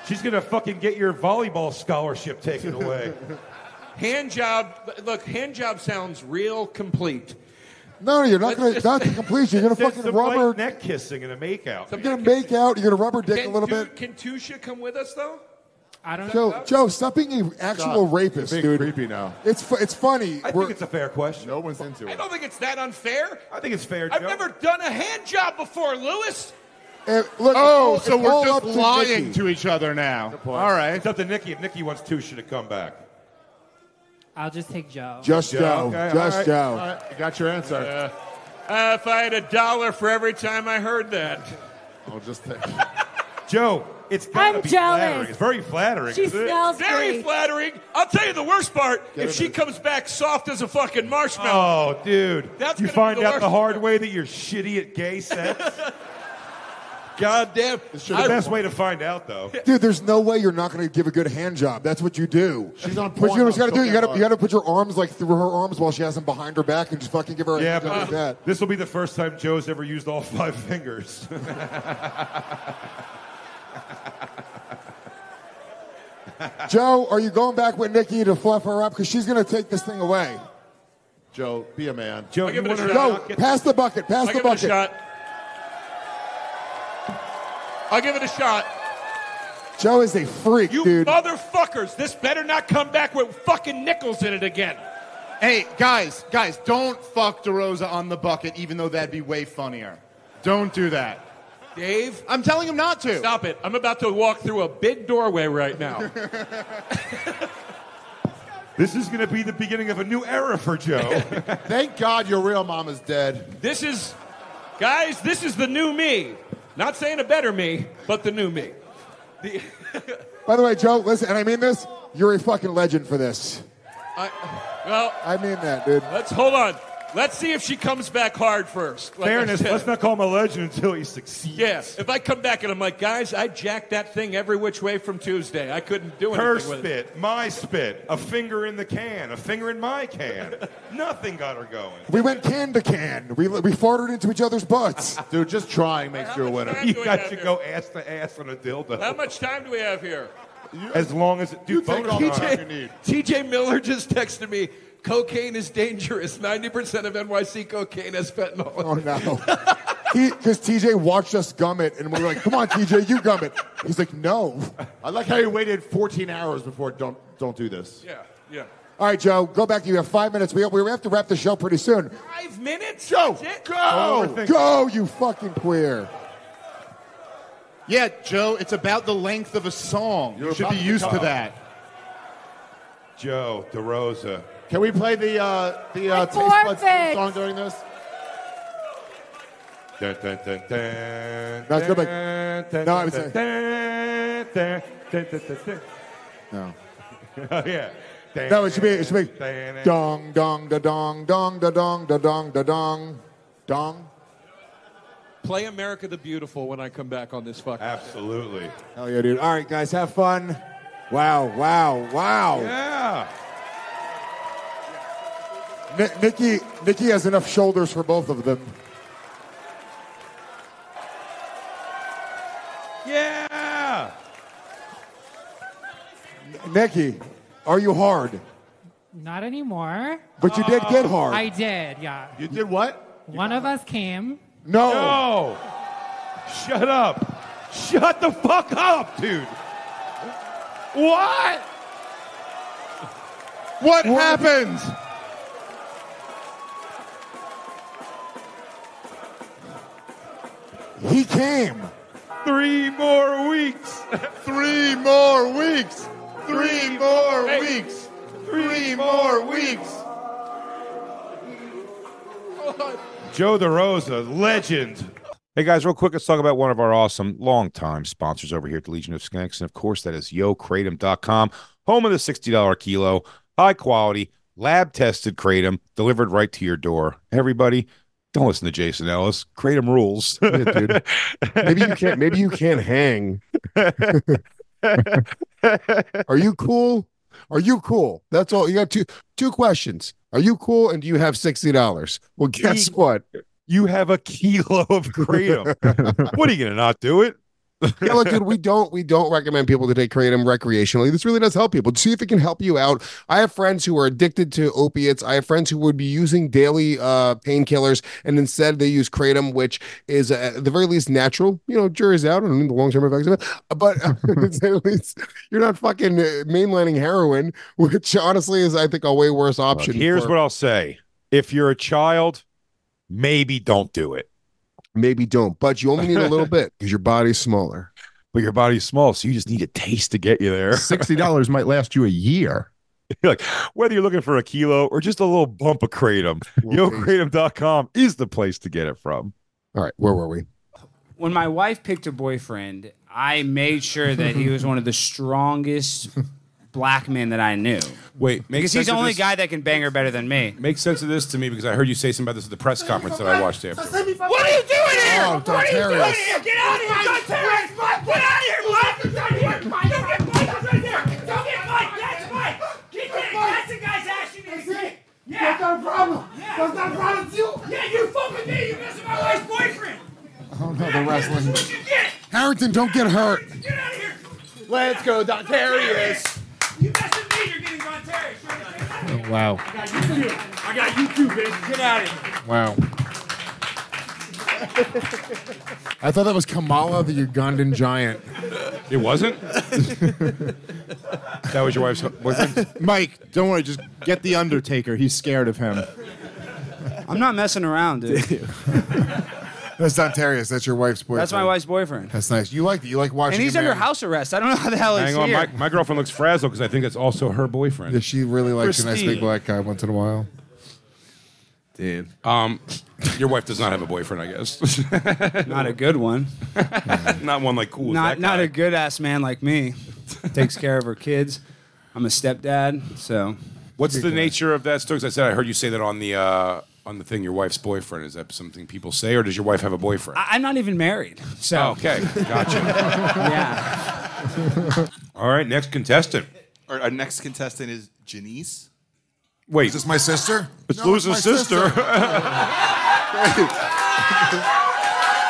[SPEAKER 2] She's going to fucking get your volleyball scholarship taken away.
[SPEAKER 18] Hand job. Look, hand job sounds real complete.
[SPEAKER 5] No, you're not gonna not to complete. You're gonna fucking
[SPEAKER 2] Some light
[SPEAKER 5] rubber.
[SPEAKER 2] neck kissing and a make out.
[SPEAKER 5] You're gonna make out. You're gonna rubber dick
[SPEAKER 18] Can
[SPEAKER 5] a little
[SPEAKER 18] Tu-
[SPEAKER 5] bit.
[SPEAKER 18] Can Tusha come with us though? I don't
[SPEAKER 5] Joe, Joe, stop being an actual
[SPEAKER 33] Stop.
[SPEAKER 5] rapist,
[SPEAKER 33] You're being
[SPEAKER 5] dude.
[SPEAKER 33] creepy now.
[SPEAKER 5] It's fu- it's funny.
[SPEAKER 2] I think it's a fair question.
[SPEAKER 33] No one's into
[SPEAKER 18] I don't think it's that unfair.
[SPEAKER 2] I think it's fair.
[SPEAKER 18] I've never done a hand job before, Lewis.
[SPEAKER 33] oh,
[SPEAKER 18] Uh, it's
[SPEAKER 33] so
[SPEAKER 18] all
[SPEAKER 33] we're
[SPEAKER 18] up
[SPEAKER 33] just
[SPEAKER 18] to
[SPEAKER 33] lying
[SPEAKER 18] Nikki.
[SPEAKER 33] to each other now. All right.
[SPEAKER 2] It's up to Nikki if Nikki wants Tusha to come back.
[SPEAKER 35] I'll just take Joe.
[SPEAKER 5] Just
[SPEAKER 33] Yeah,
[SPEAKER 5] Joe.
[SPEAKER 33] okay,
[SPEAKER 5] Just
[SPEAKER 33] all right,
[SPEAKER 5] Joe.
[SPEAKER 33] all right, you got your answer.
[SPEAKER 18] Uh, if I had a dollar for every time I heard that.
[SPEAKER 33] I'll just take.
[SPEAKER 2] Joe, it's gotta
[SPEAKER 18] I'm
[SPEAKER 2] be
[SPEAKER 18] jealous.
[SPEAKER 2] flattering. It's very flattering.
[SPEAKER 18] She's
[SPEAKER 2] isn't it?
[SPEAKER 18] Very flattering. I'll tell you the worst part.
[SPEAKER 2] Get
[SPEAKER 18] if
[SPEAKER 2] it
[SPEAKER 18] she comes back soft as a fucking marshmallow.
[SPEAKER 2] Oh, dude.
[SPEAKER 18] That's
[SPEAKER 2] you
[SPEAKER 18] gonna be
[SPEAKER 2] find
[SPEAKER 18] the
[SPEAKER 2] out the
[SPEAKER 18] worst
[SPEAKER 2] hard way that you're shitty at gay sex. God damn. The
[SPEAKER 5] I-
[SPEAKER 2] best way to find out, though.
[SPEAKER 5] Dude, there's no way you're not going to give a good hand job. That's what you do. She's on What you
[SPEAKER 2] Pornhub,
[SPEAKER 5] just got to do,
[SPEAKER 2] don't
[SPEAKER 5] you got
[SPEAKER 2] get
[SPEAKER 5] to
[SPEAKER 2] hard.
[SPEAKER 5] you got to put your arms like through her arms while she has them behind her back and just fucking give her a
[SPEAKER 2] Yeah,
[SPEAKER 5] hand job like that.
[SPEAKER 2] but this will be the first time Joe's ever used all five fingers.
[SPEAKER 5] Joe, are you going back with Nikki to fluff her up because she's going to take this thing away?
[SPEAKER 33] Joe, be a man.
[SPEAKER 2] Joe,
[SPEAKER 33] you want
[SPEAKER 5] Joe, pass the bucket. Pass
[SPEAKER 18] I'll
[SPEAKER 5] the
[SPEAKER 18] give it a
[SPEAKER 5] bucket.
[SPEAKER 18] shot. I'll give it a shot.
[SPEAKER 5] Joe is a freak,
[SPEAKER 18] You
[SPEAKER 5] dude.
[SPEAKER 18] motherfuckers, this better not come back with fucking nickels in it again.
[SPEAKER 3] Hey, guys, guys, don't fuck DeRosa on the bucket, even though that'd be way funnier. Don't do that.
[SPEAKER 18] Dave?
[SPEAKER 3] I'm telling him not to.
[SPEAKER 18] Stop it. I'm about to walk through a big doorway right now.
[SPEAKER 2] This is going to be the beginning of a new era for Joe.
[SPEAKER 5] Thank God your real mom is dead.
[SPEAKER 18] This is, guys, this is the new me. Not saying a better me, but the new me. The,
[SPEAKER 5] By the way, Joe, listen, and I mean this, you're a fucking legend for this.
[SPEAKER 18] I, well,
[SPEAKER 5] I mean that, dude.
[SPEAKER 18] Let's hold on. Let's see if she comes back hard first. Like I
[SPEAKER 2] Fairness,
[SPEAKER 18] said.
[SPEAKER 2] let's not call him a legend until he succeeds.
[SPEAKER 18] Yeah, if I come back and I'm like, guys, I jacked that thing every which way from Tuesday. I couldn't do anything
[SPEAKER 2] Her
[SPEAKER 18] with it.
[SPEAKER 2] spit, my spit, a finger in the can, a finger in my can. Nothing got her going.
[SPEAKER 5] We went can to can. We, we farted into each other's butts.
[SPEAKER 2] Dude, just trying makes
[SPEAKER 18] you a winner. time do
[SPEAKER 2] You
[SPEAKER 18] we
[SPEAKER 2] got
[SPEAKER 18] have
[SPEAKER 2] to
[SPEAKER 18] here?
[SPEAKER 2] go ass to ass on a dildo.
[SPEAKER 18] How much time do we have here?
[SPEAKER 2] As long as dude, bonus time.
[SPEAKER 18] TJ, TJ Miller just texted me. Cocaine is dangerous. Ninety percent of NYC cocaine has fentanyl.
[SPEAKER 5] Oh, no. Because TJ watched us gum it, and we were like, come on, TJ, you gum it. He's like, no.
[SPEAKER 1] I like how you waited 14 hours before don't don't do this.
[SPEAKER 18] Yeah, yeah.
[SPEAKER 5] All right, Joe, go back to you. You have five minutes. We, we have to wrap the show pretty soon.
[SPEAKER 18] Five minutes. Joe,
[SPEAKER 5] Go! Go, you fucking queer.
[SPEAKER 3] Yeah, Joe, it's about the length of a song. you should be used to that.
[SPEAKER 2] Joe DeRosa.
[SPEAKER 1] Can we play the uh, the uh, taste buds
[SPEAKER 5] forfeit.
[SPEAKER 1] song during this?
[SPEAKER 2] Dun, dun, dun, dun,
[SPEAKER 1] No, it's good, like-
[SPEAKER 2] dun,
[SPEAKER 1] no, I
[SPEAKER 2] dun,
[SPEAKER 1] was
[SPEAKER 2] dun, dun, dun, dun, dun, dun.
[SPEAKER 5] No.
[SPEAKER 2] Oh, yeah.
[SPEAKER 5] No, it should be, it should be dong, dong, da dong, dong, da dong, da dong, da dong, dong.
[SPEAKER 18] Play America the Beautiful when I come back on this fucking.
[SPEAKER 2] Absolutely.
[SPEAKER 5] Hell yeah, dude. All right, guys, have fun. Wow, wow, wow.
[SPEAKER 2] Yeah.
[SPEAKER 5] Ni- Nikki, Nikki has enough shoulders for both of them.
[SPEAKER 2] Yeah.
[SPEAKER 5] N- Nikki, are you hard?
[SPEAKER 35] Not anymore.
[SPEAKER 5] But you did get hard.
[SPEAKER 35] I did, yeah.
[SPEAKER 1] You did what?
[SPEAKER 35] One of us came.
[SPEAKER 5] No.
[SPEAKER 2] No. Shut up. Shut the fuck up, dude. What?
[SPEAKER 1] What, happened?
[SPEAKER 5] He came.
[SPEAKER 2] Three more weeks.
[SPEAKER 1] Three more weeks. Three more Hey. weeks. Three more weeks.
[SPEAKER 2] Joe DeRosa, legend. Hey guys, real quick, let's talk about one of our awesome longtime sponsors over here at the Legion of Skanks. And of course, that is yocratom.com, home of the $60 kilo, high quality, lab tested Kratom delivered right to your door. Everybody, don't listen to Jason Ellis. Kratom rules.
[SPEAKER 36] dude. Maybe you can't. Maybe you can't hang.
[SPEAKER 5] Are you cool? Are you cool? That's all. You got two two questions. Are you cool and do you have sixty dollars? Well, guess what?
[SPEAKER 2] You have a kilo of Kratom. what are you going to not do it?
[SPEAKER 36] yeah, look, dude, we don't we don't recommend people to take kratom recreationally. This really does help people. See if it can help you out. I have friends who are addicted to opiates. I have friends who would be using daily uh, painkillers, and instead they use kratom, which is uh, at the very least natural. You know, jury's out on the long term effects of it, but uh, at least you're not fucking uh, mainlining heroin, which honestly is, I think, a way worse option.
[SPEAKER 2] Look, here's
[SPEAKER 36] for-
[SPEAKER 2] what I'll say: if you're a child, maybe don't do it.
[SPEAKER 36] Maybe don't, but you only need a little bit because your body's smaller.
[SPEAKER 2] But your body's small, so you just need a taste to get you there.
[SPEAKER 1] Sixty dollars might last you a year.
[SPEAKER 2] like whether you're looking for a kilo or just a little bump of kratom, YoKratom.com is the place to get it from.
[SPEAKER 36] All right, where were we?
[SPEAKER 22] When my wife picked a boyfriend, I made sure that he was one of the strongest black men that I knew.
[SPEAKER 37] Wait, make
[SPEAKER 22] because he's
[SPEAKER 37] sense
[SPEAKER 22] the
[SPEAKER 37] of
[SPEAKER 22] only
[SPEAKER 37] this-
[SPEAKER 22] guy that can bang her better than me.
[SPEAKER 37] Make sense of this to me because I heard you say something about this at the press conference that I watched after.
[SPEAKER 22] What are you doing here?
[SPEAKER 1] Oh,
[SPEAKER 22] What are you doing
[SPEAKER 1] Dontarius.
[SPEAKER 22] here?
[SPEAKER 1] Get out of here, Dontarius! Get out of here! Mike is out here! Don't get Mike is right there! Don't get Mike! That's Mike! Get that! That's the guy's action in his dick! Yeah. That's not a problem! Yeah. That's not a problem, it's you! Yeah, you fucking me! You messing my wife's boyfriend!
[SPEAKER 5] Oh no, the wrestling. Harrington, don't get hurt.
[SPEAKER 1] Let's go, Dontarius!
[SPEAKER 3] Wow.
[SPEAKER 1] I got you too. I got you too, bitch. Get out of
[SPEAKER 5] Wow.
[SPEAKER 1] here.
[SPEAKER 5] I thought that was Kamala, the Ugandan giant.
[SPEAKER 38] It wasn't? that was your wife's boyfriend?
[SPEAKER 3] Mike, don't worry. Just get the Undertaker. He's scared of him.
[SPEAKER 22] I'm not messing around, dude.
[SPEAKER 5] That's not Terrius. That's your wife's boyfriend.
[SPEAKER 22] That's my wife's boyfriend.
[SPEAKER 5] That's nice. You like you like watching.
[SPEAKER 22] And he's
[SPEAKER 5] him
[SPEAKER 22] under
[SPEAKER 5] marry-
[SPEAKER 22] house arrest. I don't know how the hell he's
[SPEAKER 2] Hang on,
[SPEAKER 22] here.
[SPEAKER 2] my, my girlfriend looks frazzled because I think it's also her boyfriend.
[SPEAKER 5] Yeah, she really likes a nice
[SPEAKER 2] Christine.
[SPEAKER 5] big black guy once in a while.
[SPEAKER 38] Damn. Um, your wife does not have a boyfriend, I guess.
[SPEAKER 22] Not a good one.
[SPEAKER 38] not one like cool. as
[SPEAKER 22] not
[SPEAKER 38] that
[SPEAKER 22] not a good ass man like me. Takes care of her kids. I'm a stepdad, so.
[SPEAKER 2] What's the nature of that story? 'Cause I said I heard you say that on the uh, on the thing. Your wife's boyfriend is that something people say, or does your wife have a boyfriend?
[SPEAKER 22] I- I'm not even married, so.
[SPEAKER 2] Oh, okay, gotcha.
[SPEAKER 22] yeah.
[SPEAKER 2] All right, next contestant.
[SPEAKER 1] Our, our next contestant is Janice.
[SPEAKER 2] Wait,
[SPEAKER 1] Is
[SPEAKER 5] this my sister?
[SPEAKER 2] It's
[SPEAKER 1] No,
[SPEAKER 2] Louis's
[SPEAKER 1] it's my
[SPEAKER 2] sister.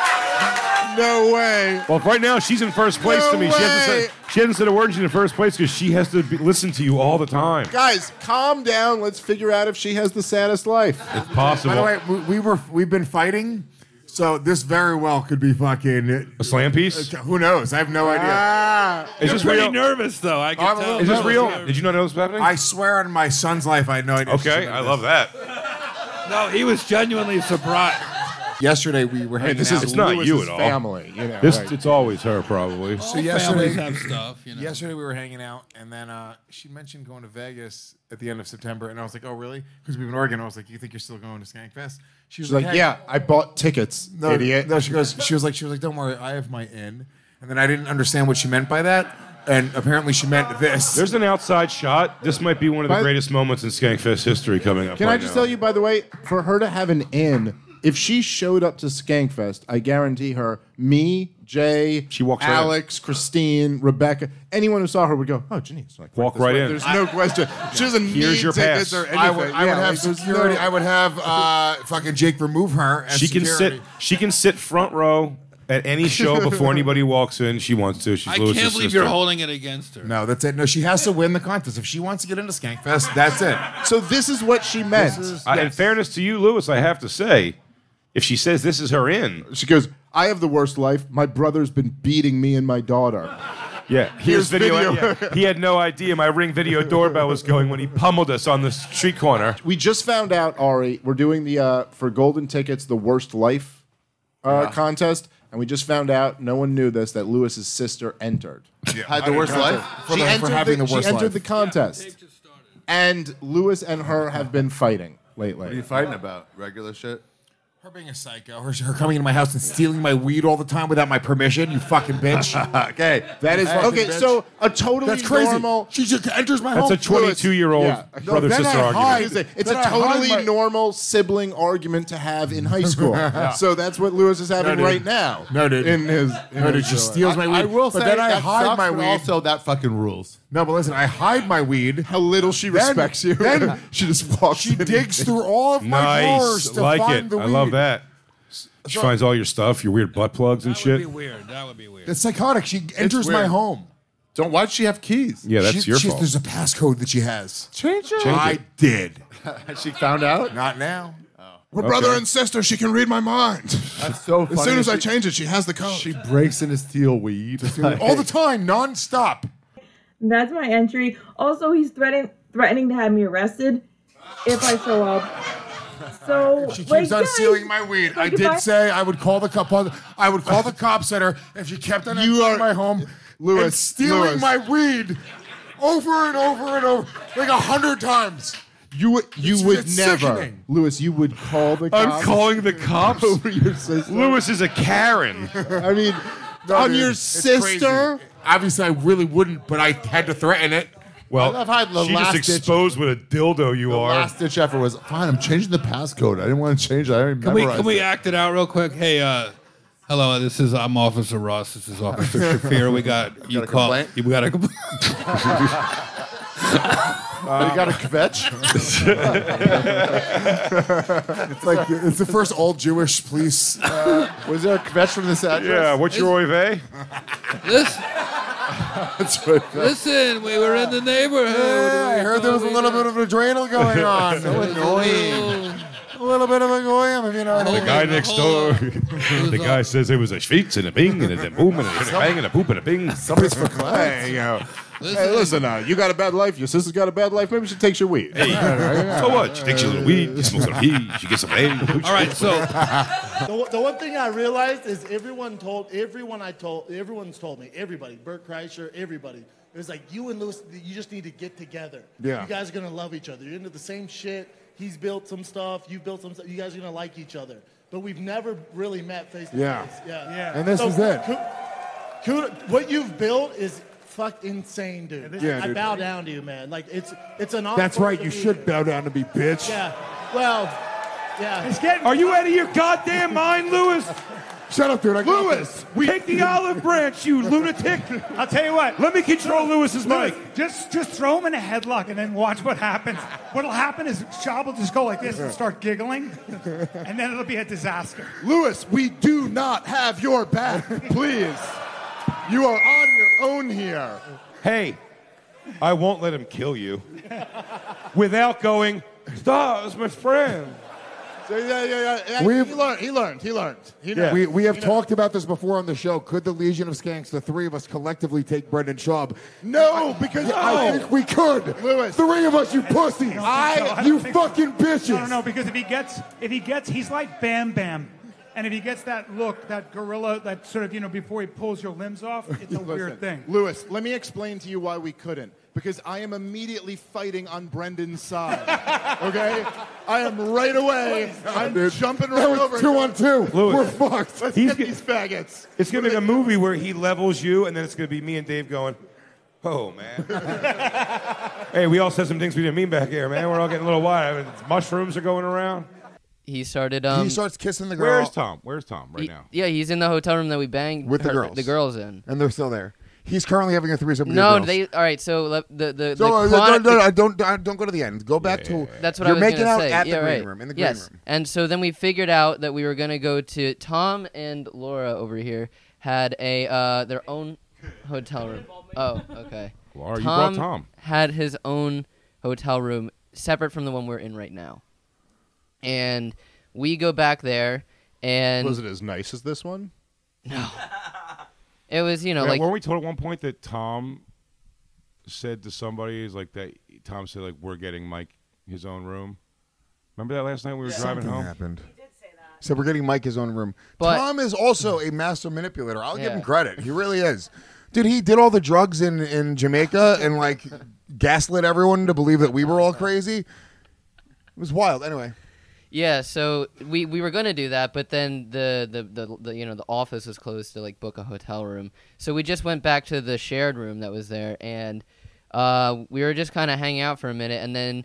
[SPEAKER 3] no way.
[SPEAKER 2] Well, right now she's in first place
[SPEAKER 3] No
[SPEAKER 2] to me. She hasn't,
[SPEAKER 3] way.
[SPEAKER 2] said, she hasn't said a word. She's in first place because she has to be, listen to you all the time.
[SPEAKER 3] Guys, calm down. Let's figure out if she has the saddest life.
[SPEAKER 2] It's possible.
[SPEAKER 39] By the way, we, we were we've been fighting, so this very well could be fucking uh,
[SPEAKER 2] a slam piece. Ah.
[SPEAKER 39] who knows? I have no idea. Oh,
[SPEAKER 2] Is this real?
[SPEAKER 1] nervous though. I
[SPEAKER 39] I'm a little
[SPEAKER 2] Is this
[SPEAKER 39] nervous.
[SPEAKER 2] real? Did you not know this was happening?
[SPEAKER 39] I swear on my son's life, I had no idea.
[SPEAKER 2] Okay, I love that.
[SPEAKER 1] No, he was genuinely surprised.
[SPEAKER 5] Yesterday we were
[SPEAKER 2] Hey,
[SPEAKER 5] hanging
[SPEAKER 2] this
[SPEAKER 5] out
[SPEAKER 2] is
[SPEAKER 5] with
[SPEAKER 2] it's not
[SPEAKER 5] Lewis's
[SPEAKER 2] you at all.
[SPEAKER 5] Family, you know.
[SPEAKER 2] This
[SPEAKER 5] right.
[SPEAKER 2] it's always her probably.
[SPEAKER 39] So
[SPEAKER 5] All
[SPEAKER 39] yesterday,
[SPEAKER 5] families have
[SPEAKER 39] stuff. Yesterday we were hanging out, and then uh, she mentioned going to Vegas at the end of September, and I was like, "Oh, really?" Because we were in Oregon. I was like, "You think you're still going to Skankfest?" She was
[SPEAKER 5] She's like,
[SPEAKER 39] "Hey."
[SPEAKER 5] "Yeah, I bought tickets,
[SPEAKER 39] no,
[SPEAKER 5] idiot."
[SPEAKER 39] No, she goes. She was like, she was like, "Don't worry, I have my in." And then I didn't understand what she meant by that, and apparently she meant this.
[SPEAKER 2] There's an outside shot. This might be one of the
[SPEAKER 39] By-
[SPEAKER 2] greatest moments in Skankfest history coming up.
[SPEAKER 3] Can
[SPEAKER 2] right
[SPEAKER 3] I just
[SPEAKER 2] now.
[SPEAKER 3] tell you, by the way, for her to have an in, if she showed up to Skankfest, I guarantee her, me, Jay, she walks
[SPEAKER 5] right in.
[SPEAKER 3] Alex, Christine, Rebecca, anyone who saw her would go, oh, Janice. Like,
[SPEAKER 2] Walk
[SPEAKER 3] this
[SPEAKER 2] right
[SPEAKER 3] way."
[SPEAKER 2] in.
[SPEAKER 3] There's no question. She doesn't
[SPEAKER 2] Here's
[SPEAKER 3] need
[SPEAKER 2] your
[SPEAKER 3] tickets
[SPEAKER 2] pass.
[SPEAKER 3] or anything.
[SPEAKER 5] I would, I would
[SPEAKER 3] Yeah,
[SPEAKER 5] have
[SPEAKER 3] like, there's
[SPEAKER 5] security.
[SPEAKER 3] no-
[SPEAKER 5] I would have uh, fucking Jake remove her. As
[SPEAKER 2] She can
[SPEAKER 5] security.
[SPEAKER 2] sit. She can sit front row at any show before anybody walks in. She wants to. She's
[SPEAKER 1] I
[SPEAKER 2] Lewis's
[SPEAKER 1] can't believe
[SPEAKER 2] sister.
[SPEAKER 1] you're holding it against her.
[SPEAKER 5] No, that's it. No, she has to win the contest if she wants to get into Skankfest. That's it.
[SPEAKER 3] So this is what she meant.
[SPEAKER 2] I, in fairness to you, Lewis, I have to say, if she says this is her in,
[SPEAKER 3] She goes, I have the worst life. My brother's been beating me and my daughter.
[SPEAKER 2] yeah,
[SPEAKER 3] Here's
[SPEAKER 2] here's, video.
[SPEAKER 3] video.
[SPEAKER 2] Yeah. he had no idea my ring video doorbell was going when he pummeled us on the street corner.
[SPEAKER 3] We just found out, Ari, we're doing the uh, for golden tickets, the worst life uh,
[SPEAKER 5] Yeah.
[SPEAKER 3] contest, and we just found out no one knew this that Lewis's sister entered.
[SPEAKER 5] Had the worst life? For
[SPEAKER 3] She
[SPEAKER 5] the- for
[SPEAKER 3] entered
[SPEAKER 5] having
[SPEAKER 3] the,
[SPEAKER 5] the worst
[SPEAKER 3] she entered
[SPEAKER 5] life.
[SPEAKER 3] the contest, and Lewis and her have been fighting lately.
[SPEAKER 39] What are you fighting about? Regular shit.
[SPEAKER 5] Her being a psycho, her, her coming into my house and stealing my weed all the time without my permission. You fucking bitch. okay,
[SPEAKER 3] That is okay. So a totally
[SPEAKER 5] That's crazy.
[SPEAKER 3] normal.
[SPEAKER 5] She just enters my
[SPEAKER 2] That's
[SPEAKER 5] home.
[SPEAKER 2] a 22-year-old brother
[SPEAKER 3] then
[SPEAKER 2] sister
[SPEAKER 3] I
[SPEAKER 2] argument.
[SPEAKER 3] hide. It's a- It's
[SPEAKER 5] Then I
[SPEAKER 3] a
[SPEAKER 5] hide
[SPEAKER 3] totally
[SPEAKER 5] my-
[SPEAKER 3] normal sibling argument to have in high school.
[SPEAKER 5] Yeah.
[SPEAKER 3] So that's what Lewis is having
[SPEAKER 5] No, dude.
[SPEAKER 3] right now.
[SPEAKER 39] No, dude.
[SPEAKER 3] In his,
[SPEAKER 39] No, dude, she steals my weed.
[SPEAKER 3] I will
[SPEAKER 39] But
[SPEAKER 3] say
[SPEAKER 39] then I
[SPEAKER 3] that
[SPEAKER 39] hide
[SPEAKER 3] sucks,
[SPEAKER 39] my
[SPEAKER 3] but
[SPEAKER 39] weed.
[SPEAKER 3] also
[SPEAKER 39] that fucking rules.
[SPEAKER 5] No, but listen, I hide my weed.
[SPEAKER 3] How little she respects you.
[SPEAKER 39] then
[SPEAKER 3] she just walks. She
[SPEAKER 5] digs through all of my drawers
[SPEAKER 2] Nice,
[SPEAKER 5] to
[SPEAKER 2] like
[SPEAKER 5] find
[SPEAKER 2] it.
[SPEAKER 5] the
[SPEAKER 2] I love
[SPEAKER 5] weed.
[SPEAKER 2] that. She finds all your stuff, your weird butt plugs and shit.
[SPEAKER 1] Weird. That would be weird.
[SPEAKER 5] That's psychotic. She enters my
[SPEAKER 39] weird.
[SPEAKER 5] home.
[SPEAKER 39] Don't why'd she have keys?
[SPEAKER 2] Yeah, that's
[SPEAKER 5] She-
[SPEAKER 2] your
[SPEAKER 5] she's-
[SPEAKER 2] fault.
[SPEAKER 5] There's a passcode that she has.
[SPEAKER 39] Change
[SPEAKER 5] it. Change
[SPEAKER 39] I
[SPEAKER 5] it.
[SPEAKER 39] did.
[SPEAKER 5] she found out? Not now.
[SPEAKER 3] Oh.
[SPEAKER 39] We're
[SPEAKER 5] Okay.
[SPEAKER 39] brother and sister. She can read my mind. That's so
[SPEAKER 5] funny.
[SPEAKER 39] As soon as I
[SPEAKER 5] She-
[SPEAKER 39] change it, she has the code. She
[SPEAKER 3] breaks into steal weed.
[SPEAKER 5] All the time, nonstop.
[SPEAKER 40] That's my entry. Also, he's threatening threatening to have me arrested if I show up. So
[SPEAKER 5] She keeps
[SPEAKER 40] like,
[SPEAKER 5] on
[SPEAKER 40] guys,
[SPEAKER 5] stealing my weed. I
[SPEAKER 40] like,
[SPEAKER 5] did
[SPEAKER 40] if I-
[SPEAKER 5] say I would call the cop. I would call the cops at her if she kept on entering my home,
[SPEAKER 39] Lewis,
[SPEAKER 5] and stealing
[SPEAKER 39] Lewis.
[SPEAKER 5] my weed over and over and over, like a hundred times.
[SPEAKER 3] You would, you
[SPEAKER 5] It's-
[SPEAKER 3] would
[SPEAKER 5] it's
[SPEAKER 3] never,
[SPEAKER 5] sickening.
[SPEAKER 3] Lewis. You would call the.
[SPEAKER 5] I'm
[SPEAKER 3] cops.
[SPEAKER 5] calling
[SPEAKER 2] the cops
[SPEAKER 3] over your sister.
[SPEAKER 2] Lewis is a Karen.
[SPEAKER 3] I mean, on your sister.
[SPEAKER 5] Obviously, I really wouldn't, but I had to threaten it.
[SPEAKER 2] Well,
[SPEAKER 5] I love how the
[SPEAKER 2] she
[SPEAKER 5] last
[SPEAKER 2] just
[SPEAKER 5] ditch-
[SPEAKER 2] exposed what a dildo you are.
[SPEAKER 39] last ditch effort was fine. I'm changing the passcode. I didn't want to change it. I already
[SPEAKER 1] Can we
[SPEAKER 39] memorized
[SPEAKER 1] can we
[SPEAKER 39] it.
[SPEAKER 1] act it out real quick? Hey, uh, hello. This is I'm Officer Ross. This is Officer Shafir. We got you
[SPEAKER 39] a
[SPEAKER 1] call.
[SPEAKER 39] complaint?
[SPEAKER 1] You we got a compl-
[SPEAKER 39] you got a kvetch?
[SPEAKER 5] It's like it's the first all Jewish police. Uh,
[SPEAKER 39] was there a kvetch from this address?
[SPEAKER 5] Yeah, what's your
[SPEAKER 2] oive?
[SPEAKER 1] Listen,
[SPEAKER 39] That's right.
[SPEAKER 1] listen. We were in the neighborhood.
[SPEAKER 5] I heard there was a little bit of adrenal going on.
[SPEAKER 1] It was a little-
[SPEAKER 41] little bit of a goyim, if you know what I
[SPEAKER 42] The
[SPEAKER 41] mean.
[SPEAKER 42] guy next door. the guy says it was a schwitz and a bing and a boom and a bang and a poop and a bing.
[SPEAKER 3] Somebody's for Hey, yo. Hey, listen, uh, you got a bad life. Your sister's got a bad life. Maybe she takes your weed.
[SPEAKER 42] Hey, so what? She takes a little weed. She smokes a pee. She gets a bang. All right, so
[SPEAKER 26] the, the one thing I realized is everyone told everyone I told everyone's told me everybody Bert Kreischer everybody it was like you and Lewis you just need to get together
[SPEAKER 3] Yeah.
[SPEAKER 26] you guys are gonna love each other you're into the same shit he's built some stuff you've built some stuff you guys are gonna like each other but we've never really met face to
[SPEAKER 5] Yeah.
[SPEAKER 26] face yeah
[SPEAKER 5] Yeah. And this is it.
[SPEAKER 26] ku- kudo- what you've built is fucked insane dude
[SPEAKER 5] is- Yeah,
[SPEAKER 26] I
[SPEAKER 5] dude.
[SPEAKER 26] bow down to you man like it's it's an honor
[SPEAKER 5] That's right.
[SPEAKER 26] to
[SPEAKER 5] You
[SPEAKER 26] be
[SPEAKER 5] should bow down to me, bitch.
[SPEAKER 26] yeah well yeah
[SPEAKER 5] It's getting- Are you out of your goddamn mind, Lewis? Shut up, dude. I got
[SPEAKER 1] Lewis, we take the olive branch, you lunatic. I'll tell you what. Let me control Lewis's mic. Just, just throw him in a headlock and then watch what happens. What'll happen is Shab will just go like this and start giggling, and then it'll be a disaster. Lewis, we do not have your back, please.
[SPEAKER 5] You are on your own here.
[SPEAKER 2] Hey, I won't let him kill you without going, stop, it's my friend.
[SPEAKER 26] So, yeah, yeah,
[SPEAKER 5] yeah. We've-
[SPEAKER 26] he learned. He learned. He learned. He
[SPEAKER 5] Yeah.
[SPEAKER 26] learned.
[SPEAKER 5] We, we have
[SPEAKER 26] He
[SPEAKER 5] talked about this before on the show. Could the Legion of Skanks, the three of us, collectively take Brendan Schaub?
[SPEAKER 1] No, because
[SPEAKER 5] I
[SPEAKER 1] no.
[SPEAKER 5] think we could. Lewis. Three of us, you pussies.
[SPEAKER 1] I-
[SPEAKER 5] you fucking bitches.
[SPEAKER 1] No, no, no, because if he gets, if he gets, he's like Bam Bam. And if he gets that look, that gorilla, that sort of, you know, before he pulls your limbs off, it's a weird thing.
[SPEAKER 43] Lewis, let me explain to you why we couldn't. Because I am immediately fighting on Brendan's side. okay? I am right away. I'm jumping right over.
[SPEAKER 2] Lewis,
[SPEAKER 5] fucked.
[SPEAKER 43] Let's get these faggots.
[SPEAKER 2] It's gonna be a movie where he levels you, and then it's gonna be me and Dave going, "Oh man, hey, we all said some things we didn't mean back here, man. We're all getting a little wild. Mushrooms are going around."
[SPEAKER 21] He started. Um,
[SPEAKER 5] kissing
[SPEAKER 21] the girl.
[SPEAKER 2] Where's Tom? Where's Tom right
[SPEAKER 21] he-
[SPEAKER 2] now?
[SPEAKER 21] Yeah, he's in the hotel room that we banged
[SPEAKER 5] With the
[SPEAKER 21] her-
[SPEAKER 5] girls.
[SPEAKER 21] The girls in.
[SPEAKER 5] And they're still there. He's currently having a threesome with your
[SPEAKER 21] No,
[SPEAKER 5] girls.
[SPEAKER 21] they. All right, so le- the the.
[SPEAKER 5] So,
[SPEAKER 21] the
[SPEAKER 5] uh,
[SPEAKER 21] quanti-
[SPEAKER 5] don't, don't, I don't, I don't go to the end. Go back to.
[SPEAKER 21] That's what
[SPEAKER 5] you're
[SPEAKER 21] I was
[SPEAKER 5] making
[SPEAKER 21] gonna
[SPEAKER 5] out
[SPEAKER 21] say.
[SPEAKER 5] at
[SPEAKER 21] yeah,
[SPEAKER 5] the green
[SPEAKER 21] right.
[SPEAKER 5] room in the
[SPEAKER 21] yes.
[SPEAKER 5] green room.
[SPEAKER 21] And so then we figured out that we were gonna go to Tom and Laura over here had a uh, their own hotel room. Oh, okay.
[SPEAKER 2] Laura, you
[SPEAKER 21] Tom
[SPEAKER 2] brought Tom.
[SPEAKER 21] had his own hotel room separate from the one we're in right now, and we go back there and
[SPEAKER 3] Was it as nice as this one?
[SPEAKER 21] No. It was you know
[SPEAKER 2] Yeah,
[SPEAKER 21] like
[SPEAKER 2] weren't we told at one point that Tom said to somebody, "Is like that." Tom said, "Like we're getting Mike his own room." Remember that last night we were driving
[SPEAKER 5] Something
[SPEAKER 2] home?
[SPEAKER 5] happened. So we're getting Mike his own room.
[SPEAKER 2] But-
[SPEAKER 5] Tom is also a master manipulator. I'll give
[SPEAKER 21] Yeah.
[SPEAKER 5] him credit. He really is. Dude, he did all the drugs in, in Jamaica and like gaslit everyone to believe that we were all crazy. It was wild. Anyway,
[SPEAKER 21] Yeah, so we, we were gonna do that, but then the, the, the, the you know the office was closed to like book a hotel room, so we just went back to the shared room that was there, and uh, we were just kind of hanging out for a minute, and then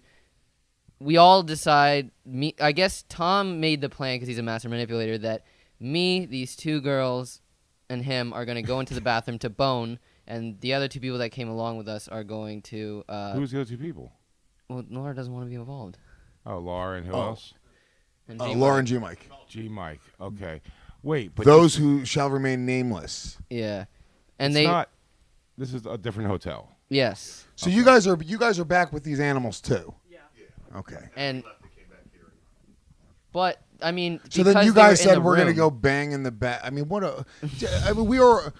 [SPEAKER 21] we all decide. Me, I guess Tom made the plan because he's a master manipulator that me, these two girls, and him are gonna go into the bathroom to bone, and the other two people that came along with us are going to. Uh,
[SPEAKER 2] Who's the other two people?
[SPEAKER 21] Well, Laura doesn't want to be involved.
[SPEAKER 2] Oh, Laura and who
[SPEAKER 21] Oh.
[SPEAKER 2] else?
[SPEAKER 21] And
[SPEAKER 5] uh, Laura and G Mike.
[SPEAKER 2] G Mike. Okay. Wait, but
[SPEAKER 5] Those who shall remain nameless.
[SPEAKER 21] Yeah. And
[SPEAKER 2] It's
[SPEAKER 21] they
[SPEAKER 2] not- this is a different hotel.
[SPEAKER 21] Yes.
[SPEAKER 5] So you guys are you guys are back with these animals too. Yeah. Okay.
[SPEAKER 21] and but I mean,
[SPEAKER 5] So then
[SPEAKER 21] because
[SPEAKER 5] you
[SPEAKER 21] they were
[SPEAKER 5] guys
[SPEAKER 21] in
[SPEAKER 5] said
[SPEAKER 21] the
[SPEAKER 5] we're gonna
[SPEAKER 21] room-
[SPEAKER 5] go bang in the back. I mean, what a. I mean, we are.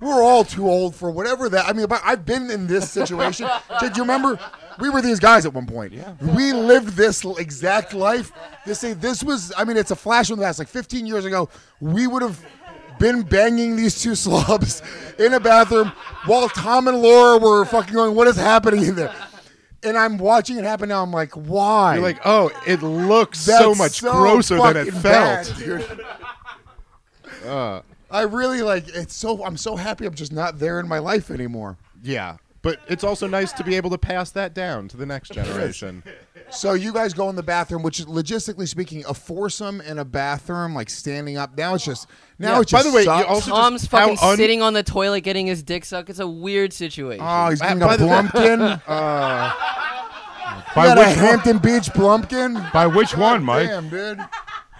[SPEAKER 5] We're all too old for whatever that. I mean, but I've been in this situation. Did you remember? We were these guys at one point. Yeah. We lived this l- exact life. This thing- this was. I mean, it's a flash in the past. Like 15 years ago, we would have been banging these two slobs in a bathroom while Tom and Laura were fucking going. What is happening in there? And I'm watching it happen now. I'm like, why?
[SPEAKER 3] You're like, oh, it looks so
[SPEAKER 5] That's
[SPEAKER 3] much
[SPEAKER 5] so
[SPEAKER 3] grosser than it
[SPEAKER 5] fucking
[SPEAKER 3] felt.
[SPEAKER 5] bad, dude.
[SPEAKER 3] Uh,
[SPEAKER 5] I really like it's so I'm so happy I'm just not there in my life anymore.
[SPEAKER 3] yeah, but it's also nice to be able to pass that down to the next generation.
[SPEAKER 5] So you guys go in the bathroom, which is logistically speaking, a foursome in a bathroom, like standing up. Now it's just now
[SPEAKER 3] Yeah,
[SPEAKER 5] it's just
[SPEAKER 3] by the way, you
[SPEAKER 5] sucks.
[SPEAKER 3] also
[SPEAKER 21] Tom's fucking sitting on the toilet getting his dick sucked. It's a weird situation.
[SPEAKER 5] Oh, he's getting a blumpkin. uh,
[SPEAKER 3] By
[SPEAKER 5] got a
[SPEAKER 3] which one?
[SPEAKER 5] Hampton Beach blumpkin.
[SPEAKER 2] By which one,
[SPEAKER 3] Mike?
[SPEAKER 5] Damn, dude.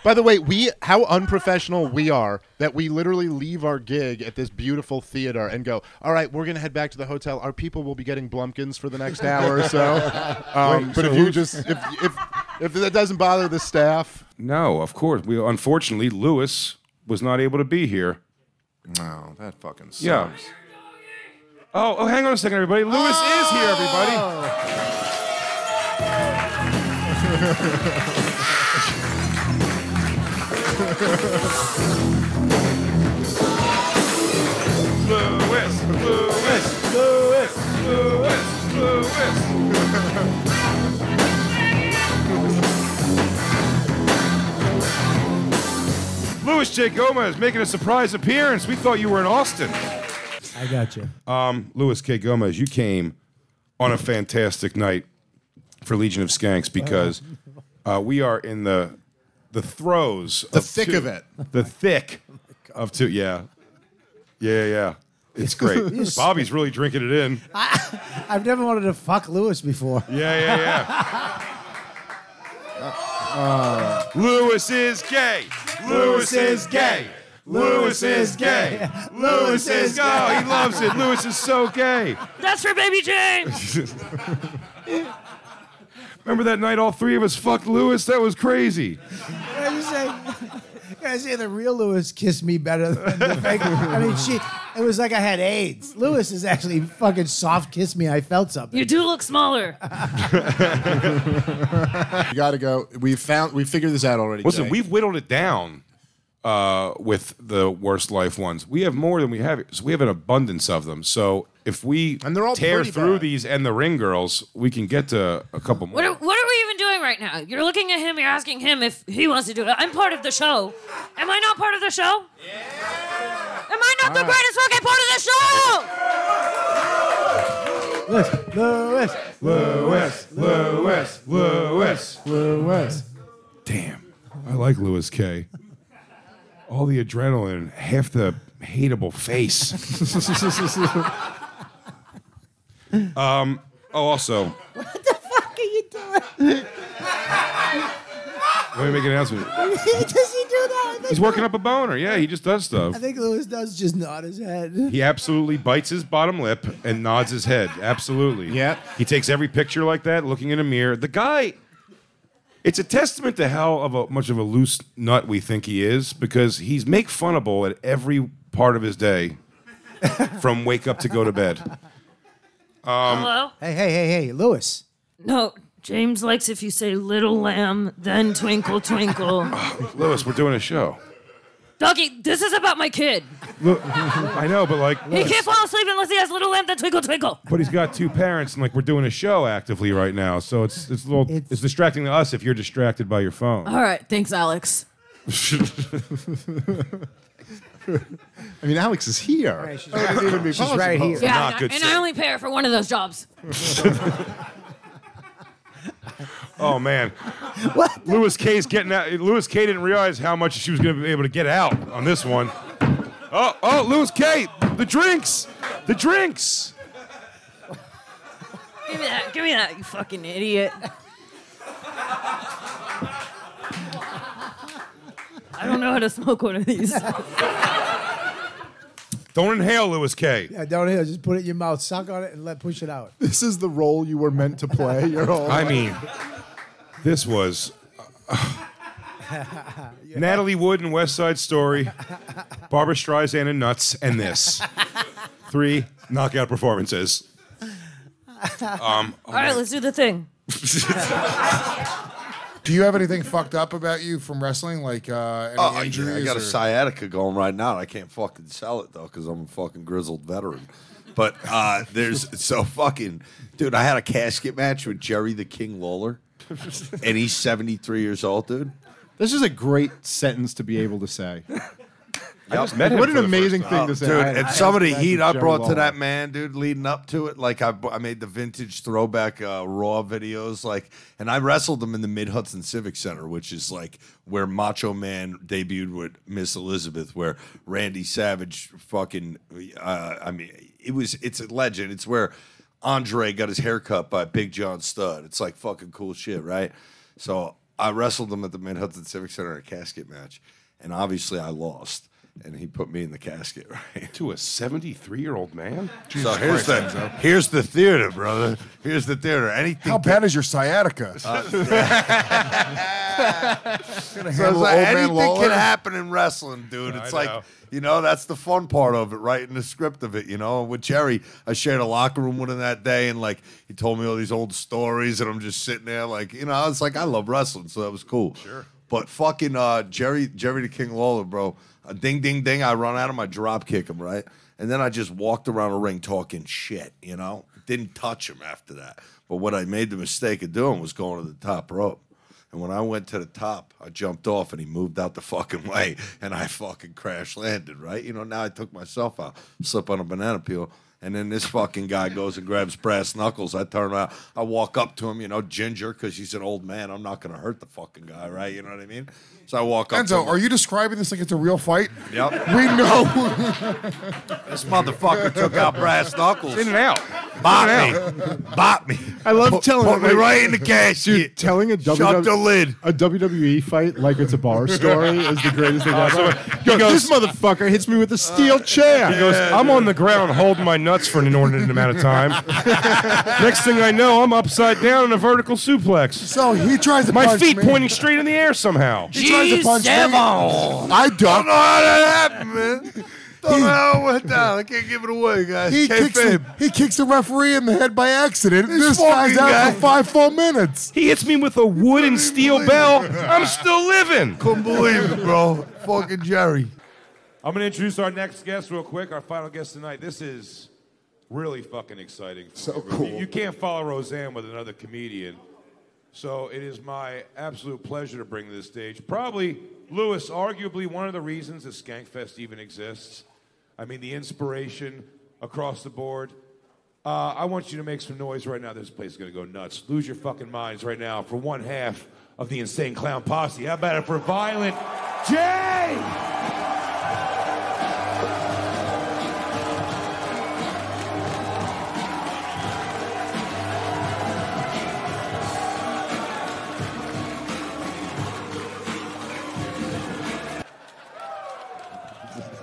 [SPEAKER 3] By the way, we how unprofessional we are that we literally leave our gig at this beautiful theater and go, all right, we're gonna head back to the hotel. Our people will be getting blumpkins for the next hour or so. Um,
[SPEAKER 5] Wait,
[SPEAKER 3] but
[SPEAKER 5] so
[SPEAKER 3] if you
[SPEAKER 5] who's-
[SPEAKER 3] just if if
[SPEAKER 44] If that doesn't bother the staff.
[SPEAKER 2] No, of course. We unfortunately Lewis was not able to be here.
[SPEAKER 19] No, that fucking sucks.
[SPEAKER 2] Yeah. Oh, oh, hang on a second, everybody. Lewis is here,
[SPEAKER 44] Oh!
[SPEAKER 2] everybody.
[SPEAKER 19] Lewis, Lewis, Lewis, Lewis, Lewis.
[SPEAKER 2] Lewis J. Gomez making a surprise appearance. We thought you were in Austin.
[SPEAKER 8] I got you.
[SPEAKER 2] Um, Louis K. Gomez, you came on a fantastic night for Legion of Skanks because uh, we are in the the throes, the
[SPEAKER 44] thick of it,
[SPEAKER 2] the thick of two. Yeah, yeah, yeah. It's
[SPEAKER 8] You
[SPEAKER 2] great.
[SPEAKER 8] s-
[SPEAKER 2] Bobby's really drinking it in.
[SPEAKER 8] I've never wanted to fuck Lewis before.
[SPEAKER 2] Yeah, yeah, yeah.
[SPEAKER 44] Uh,
[SPEAKER 2] Lewis is gay. Lewis is gay. Lewis is gay. Lewis is gay. Oh, he loves it. Lewis is so gay.
[SPEAKER 45] That's for baby Jane.
[SPEAKER 2] Remember that night all three of us fucked Lewis? That was crazy.
[SPEAKER 8] Can I just say, can I say the real Lewis kissed me better than the fake? I mean, she. It was like I had AIDS. Lewis is actually fucking soft kissed me. I felt something.
[SPEAKER 45] You do look smaller.
[SPEAKER 33] you got to go. We found. We figured this out already.
[SPEAKER 2] Listen,
[SPEAKER 33] Jay.
[SPEAKER 2] we've whittled it down uh, with the worst life ones. We have more than we have. So we have an abundance of them. So if we and they're all tear
[SPEAKER 45] pretty
[SPEAKER 2] through these and the ring girls, we can get to a couple more.
[SPEAKER 45] What are, what are we even doing right now? You're looking at him. You're asking him if he wants to do it. I'm part of the show. Am I not part of the show? Yeah. Am I not the
[SPEAKER 8] Ah.
[SPEAKER 45] greatest fucking part of the show?
[SPEAKER 8] Lewis, Lewis,
[SPEAKER 2] Lewis, Lewis, Lewis,
[SPEAKER 8] Lewis.
[SPEAKER 2] I like Lewis K. All the adrenaline, half the hateable face. um. Oh, also,
[SPEAKER 8] What the fuck are you doing?
[SPEAKER 2] let me make an announcement.
[SPEAKER 8] Does he do that? I think-
[SPEAKER 2] He's working up a boner. Yeah, he just does stuff.
[SPEAKER 8] I think Lewis does just nod his head.
[SPEAKER 2] He absolutely bites his bottom lip and nods his head. Absolutely. Yeah. He takes every picture like that, looking in a mirror. The guy, it's a testament to how of a, much of a loose nut we think he is because he's make funnable at every part of his day, from wake up to go to bed. Um,
[SPEAKER 45] Hello?
[SPEAKER 8] Hey, hey, hey, hey, Lewis.
[SPEAKER 45] No. James likes if you say little lamb, then twinkle, twinkle.
[SPEAKER 2] Lewis, we're doing a show.
[SPEAKER 45] Doggy, this is about my kid.
[SPEAKER 2] Look, I know, but like,
[SPEAKER 45] He can't fall asleep unless he has little lamb, then twinkle, twinkle.
[SPEAKER 2] but he's got two parents, and like we're doing a show actively right now, so it's it's a little it's, distracting to us if you're distracted by your phone.
[SPEAKER 6] All right, thanks, Alex.
[SPEAKER 33] I mean, Alex is here.
[SPEAKER 6] That right. wouldn't even be She's possible. right here.
[SPEAKER 33] Yeah,
[SPEAKER 45] Yeah, and, I, and I only pay her for one of those jobs.
[SPEAKER 2] Oh man, what? Lewis K's getting out. Lewis K didn't realize how much she was going to be able to get out on this one. Oh, oh, Lewis K, the drinks, the drinks.
[SPEAKER 45] Give me that. Give me that, you fucking idiot. I don't know how to smoke one of these.
[SPEAKER 2] Don't inhale, Lewis K.
[SPEAKER 8] Yeah, down here, just put it in your mouth, suck on it, and let push it out.
[SPEAKER 44] This is the role you were meant to play. Your
[SPEAKER 3] Oh,
[SPEAKER 44] whole
[SPEAKER 2] I mean, this was Natalie Wood and West Side Story, Barbara Streisand and Nuts, and this three knockout performances. Um,
[SPEAKER 45] All right, let's do the thing.
[SPEAKER 25] Do you have anything fucked up about you from wrestling? Like uh, any
[SPEAKER 23] Oh, yeah,
[SPEAKER 25] injuries?
[SPEAKER 23] I got
[SPEAKER 25] or-
[SPEAKER 23] a sciatica going right now. I can't fucking sell it though because I'm a fucking grizzled veteran. But uh, there's so fucking dude. I had a casket match with Jerry the King Lawler, and he's 73 years old, dude.
[SPEAKER 33] This is a great sentence to be able to say.
[SPEAKER 23] Yep.
[SPEAKER 33] just met him What an for the first amazing time. thing to say.
[SPEAKER 23] dude!
[SPEAKER 33] I-
[SPEAKER 23] and
[SPEAKER 33] I-
[SPEAKER 23] some of the
[SPEAKER 33] I-
[SPEAKER 23] heat I
[SPEAKER 33] Jerry
[SPEAKER 23] brought to
[SPEAKER 33] Lawler.
[SPEAKER 23] that man, dude, leading up to it. Like I, I made the vintage throwback uh, Raw videos, like, and I wrestled him in the Mid Hudson Civic Center, which is like where Macho Man debuted with Miss Elizabeth, where Randy Savage, fucking, uh, I mean, it was, it's a legend. It's where Andre got his hair cut by Big John Studd. It's like fucking cool shit, right? So I wrestled him at the Mid Hudson Civic Center in a casket match, and obviously I lost. and he put me in the casket. Right
[SPEAKER 19] to a seventy-three-year-old man.
[SPEAKER 23] so here's the here's the theater, brother. Here's the theater. Anything.
[SPEAKER 5] How bad is your sciatica?
[SPEAKER 23] Uh,
[SPEAKER 5] Gonna
[SPEAKER 23] So it's like
[SPEAKER 5] handle old man
[SPEAKER 23] anything
[SPEAKER 5] Lawler?
[SPEAKER 23] can happen in wrestling, dude.
[SPEAKER 5] Yeah,
[SPEAKER 23] It's
[SPEAKER 5] I
[SPEAKER 23] like
[SPEAKER 5] know.
[SPEAKER 23] you know that's the fun part of it, right? In the script of it, you know. And with Jerry, I shared a locker room with him that day, and like he told me all these old stories, and I'm just sitting there, like you know, I was like, I love wrestling, so that was cool. Sure. But fucking uh, Jerry, Jerry the King Lawler, bro. A ding, ding, ding. I run out of my drop kick him, right? And then I just walked around the ring talking shit, you know? Didn't touch him after that. But what I made the mistake of doing was going to the top rope. And when I went to the top, I jumped off and he moved out the fucking way and I fucking crash landed, right? You know, now I took myself out, slip on a banana peel. And then this fucking guy goes and grabs brass knuckles. I turn around, I walk up to him, you know, ginger, because he's an old man. I'm not going to hurt the fucking guy, right? You know what I mean? So I walk up to
[SPEAKER 5] Enzo,
[SPEAKER 23] him.
[SPEAKER 5] are you describing this like it's a real fight?
[SPEAKER 23] Yep.
[SPEAKER 5] We know.
[SPEAKER 23] This motherfucker took out brass knuckles.
[SPEAKER 5] In and out.
[SPEAKER 23] Bop
[SPEAKER 5] In
[SPEAKER 23] me. Bop me.
[SPEAKER 33] I love
[SPEAKER 23] telling
[SPEAKER 33] Put
[SPEAKER 23] them,
[SPEAKER 33] me
[SPEAKER 23] like,
[SPEAKER 33] right in the gas.
[SPEAKER 23] dude,
[SPEAKER 33] Telling a E
[SPEAKER 23] Shut WW the lid.
[SPEAKER 33] a WWE fight like it's a bar
[SPEAKER 2] story
[SPEAKER 33] is the greatest
[SPEAKER 2] thing ever.
[SPEAKER 33] Yo, this motherfucker hits me with a steel chair.
[SPEAKER 2] He goes, I'm on the ground holding my nuts for an inordinate amount of time. Next thing I know, I'm upside down in a vertical suplex. So
[SPEAKER 5] he tries to
[SPEAKER 2] my
[SPEAKER 5] punch
[SPEAKER 2] feet
[SPEAKER 5] me.
[SPEAKER 2] pointing straight in the air somehow.
[SPEAKER 5] He tries to punch me. I ducked.
[SPEAKER 23] Don't know how that happened, man. Don't know how it went down. I can't give it away, guys.
[SPEAKER 5] He kicks,
[SPEAKER 23] Kayfabe.
[SPEAKER 5] the, he kicks the referee in the head by accident. This, guy's
[SPEAKER 23] fucking
[SPEAKER 5] out
[SPEAKER 23] guy.
[SPEAKER 5] for five full minutes.
[SPEAKER 2] He hits me with a wood and steel bell. I'm still living.
[SPEAKER 23] Couldn't believe it, bro. Fucking Jerry.
[SPEAKER 2] I'm gonna introduce our next guest real quick. Our final guest tonight. This is really fucking exciting. So cool. You, you can't follow Roseanne with another comedian. So it is my absolute pleasure to bring to the stage. Probably Lewis, arguably one of the reasons that Skankfest even exists. I mean, the inspiration across the board. Uh, I want you to make some noise right now. This place is going to go nuts. Lose your fucking minds right now for one half of the Insane Clown Posse. How about it for Violent J?